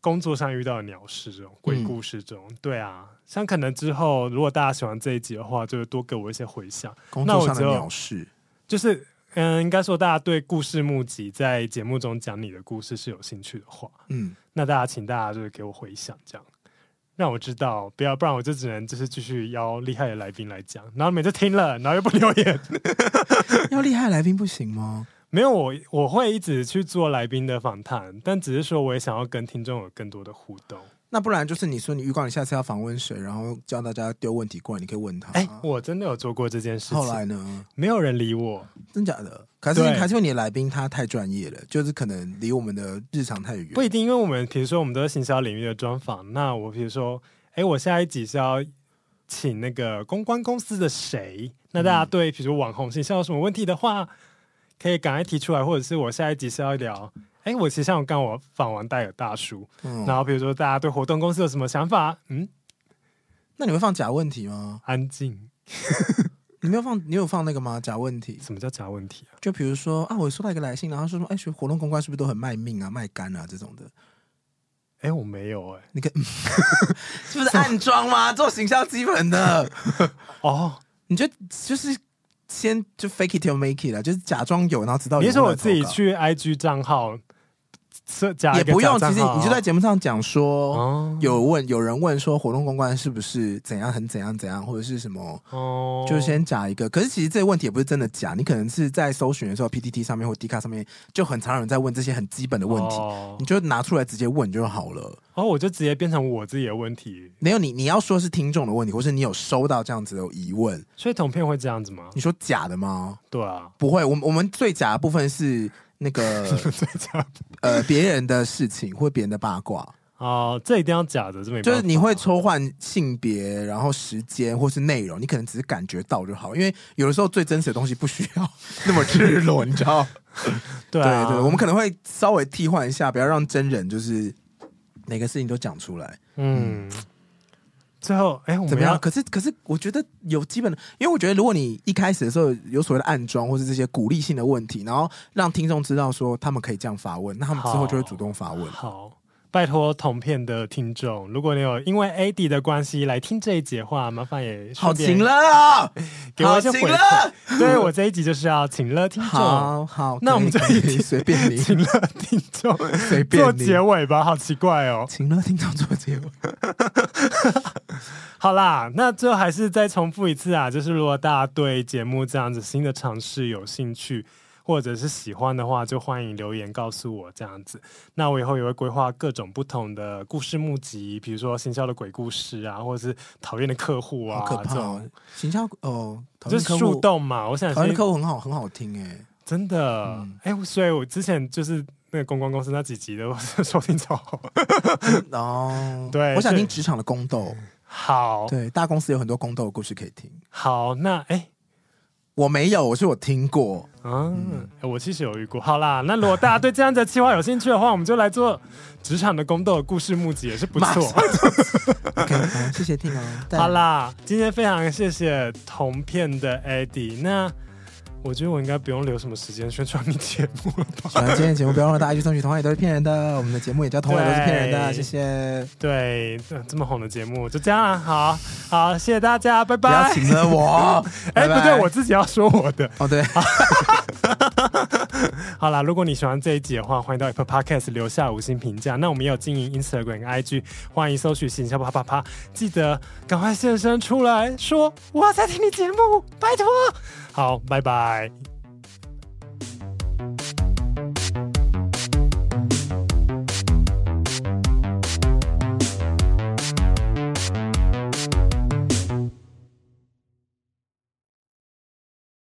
A: 工作上遇到的鸟事这种鬼故事这种，对啊，像可能之后如果大家喜欢这一集的话，就是多给我一些回响。
B: 工
A: 那
B: 作
A: 我
B: 上的
A: 就
B: 鸟事，
A: 就是嗯，应该说大家对故事募集在节目中讲你的故事是有兴趣的话，
B: 嗯，
A: 那大家请大家就是给我回想，这样让我知道，不要不然我就只能就是继续邀厉害的来宾来讲，然后每次听了，然后又不留言，
B: 要厉害的来宾不行吗？
A: 没有我我会一直去做来宾的访谈，但只是说我也想要跟听众有更多的互动。
B: 那不然就是你说你预告你下次要访问谁，然后叫大家丢问题过来，你可以问他。
A: 哎、我真的有做过这件事
B: 后
A: 情，
B: 来呢？
A: 没有人理我，
B: 真假的？可是
A: 对
B: 还是因为你的来宾他太专业了，就是可能离我们的日常太远。
A: 不一定，因为我们比如说我们都是行销领域的专访，那我比如说，哎，我下一集是要请那个公关公司的谁？那大
B: 嗯
A: 家对比如网红形象有什么问题的话，可以赶快提出来，或者是我下一集是要聊。哎，我其实像我刚我访完戴尔大叔，
B: 嗯，
A: 然后比如说大家对活动公司有什么想法？嗯，
B: 那你会放假问题吗？
A: 安静，
B: 你没有放，你有放那个吗？假问题，
A: 什么叫假问题啊？
B: 就比如说啊，我收到一个来信，然后说什么，哎，学活动公关是不是都很卖命啊、卖肝啊这种的？
A: 哎，我没有哎、
B: 是不是暗装 吗？做行销基本的，
A: 哦，
B: 你就就是先就 fake it till make it 啦，就是假装有，然后直到有
A: 你是说我
B: 人来投
A: 自己
B: 稿
A: 去 IG 账号设加一
B: 也
A: 个
B: 不用，
A: 假账
B: 其实
A: 号啊
B: 你就在节目上讲说，
A: 哦
B: 有问有人问说活动公关是不是怎样很怎样怎样，或者是什么，
A: 哦，
B: 就是先假一个。可是其实这个问题也不是真的假，你可能是在搜寻的时候，PTT 上面或 d 卡上面就很常有人在问这些很基本的问题，
A: 哦
B: 你就拿出来直接问就好了。
A: 然后哦我就直接变成我自己的问题，
B: 没有你你要说是听众的问题，或是你有收到这样子的疑问，
A: 所以同片会这样子 吗？
B: 你说假的吗？
A: 对 啊，
B: 不会，我们我们最假的部分是那个 呃别人的事情或别人的八卦。
A: 哦，这一定要假的，这没办法
B: 就是你会抽换性别，然后时间或是内容，你可能只是感觉到就好，因为有的时候最真实的东西不需要 那么赤裸，你知道？
A: 对啊
B: 对对，我们可能会稍微替换一下，不要让真人就是每个事情都讲出来，
A: 嗯，最后哎，我
B: 怎
A: 们
B: 么样？
A: 要
B: 可是可是，我觉得有基本的，因为我觉得如果你一开始的时候有所谓的暗装或是这些鼓励性的问题，然后让听众知道说他们可以这样发问，那他们之后就会主动发问。
A: 好。拜托同片的听众，如果你有因为 AD 的关系来听这一节话，麻烦也
B: 好
A: 顺便
B: 晴乐啊，
A: 给我一些
B: 好
A: 回
B: 晴乐
A: 馈。对我这一集就是要请了听众，
B: 好好，
A: 那我们
B: 可以
A: 这一
B: 可以
A: 集
B: 随便 你。
A: 请了听 众
B: 随
A: 做
B: 便你
A: 结尾吧，好奇怪哦。
B: 请乐听众做结尾。
A: 好啦，那最后还是再重复一次啊，就是如果大家对节目这样子新的尝试有兴趣，或者是喜欢的话，就欢迎留言告诉我这样子。那我以后也会规划各种不同的故事募集，比如说行销的鬼故事啊，或者是讨厌的客户啊，
B: 好可怕
A: 这
B: 哦
A: 种！
B: 行销哦，讨
A: 就
B: 厌
A: 是
B: 客
A: 树
B: 户，
A: 洞嘛。我想
B: 讨厌
A: 是
B: 客户嗯很好，很好听哎。
A: 真的，哎、所以我之前就是那个公关公司那几集的收听超好，
B: 哦，
A: 对哦
B: 我想
A: 是
B: 听职场的宫斗。
A: 好
B: 对，大公司有很多宫斗的故事可以听。
A: 好，那哎。
B: 我没有，我是我 听过。
A: 嗯，欸我其实有遇过。好啦，那如果大家对这样的计划有兴趣的话，我们就来做职场的宫斗的故事募集，也是不
B: 马
A: 错
B: 上。OK，好谢谢 听哦。但
A: 好，啦，今天非常谢谢同片的 Eddie。那我觉得我应该不用留什么时间宣传你节目了吧？
B: 喜欢今天的节目，不要忘了大家去争取同行也都是骗人的。我们的节目也叫同行也都是骗人的，
A: 对
B: 谢谢。
A: 对，这这么红的节目就这样啦。好好，谢谢大家，拜
B: 不要
A: 拜。。
B: 请了我
A: 哎、
B: 拜拜
A: 不对，我自己要说我的。
B: 哦对，
A: 好啦，如果你喜欢这一集的话，欢迎到 Apple Podcast 留下五星评价。那我们也有经营 Instagram 跟 IG，欢迎搜取“行销啪啪啪”，记得赶快现身出来说我在听你节目，拜托。好，拜拜。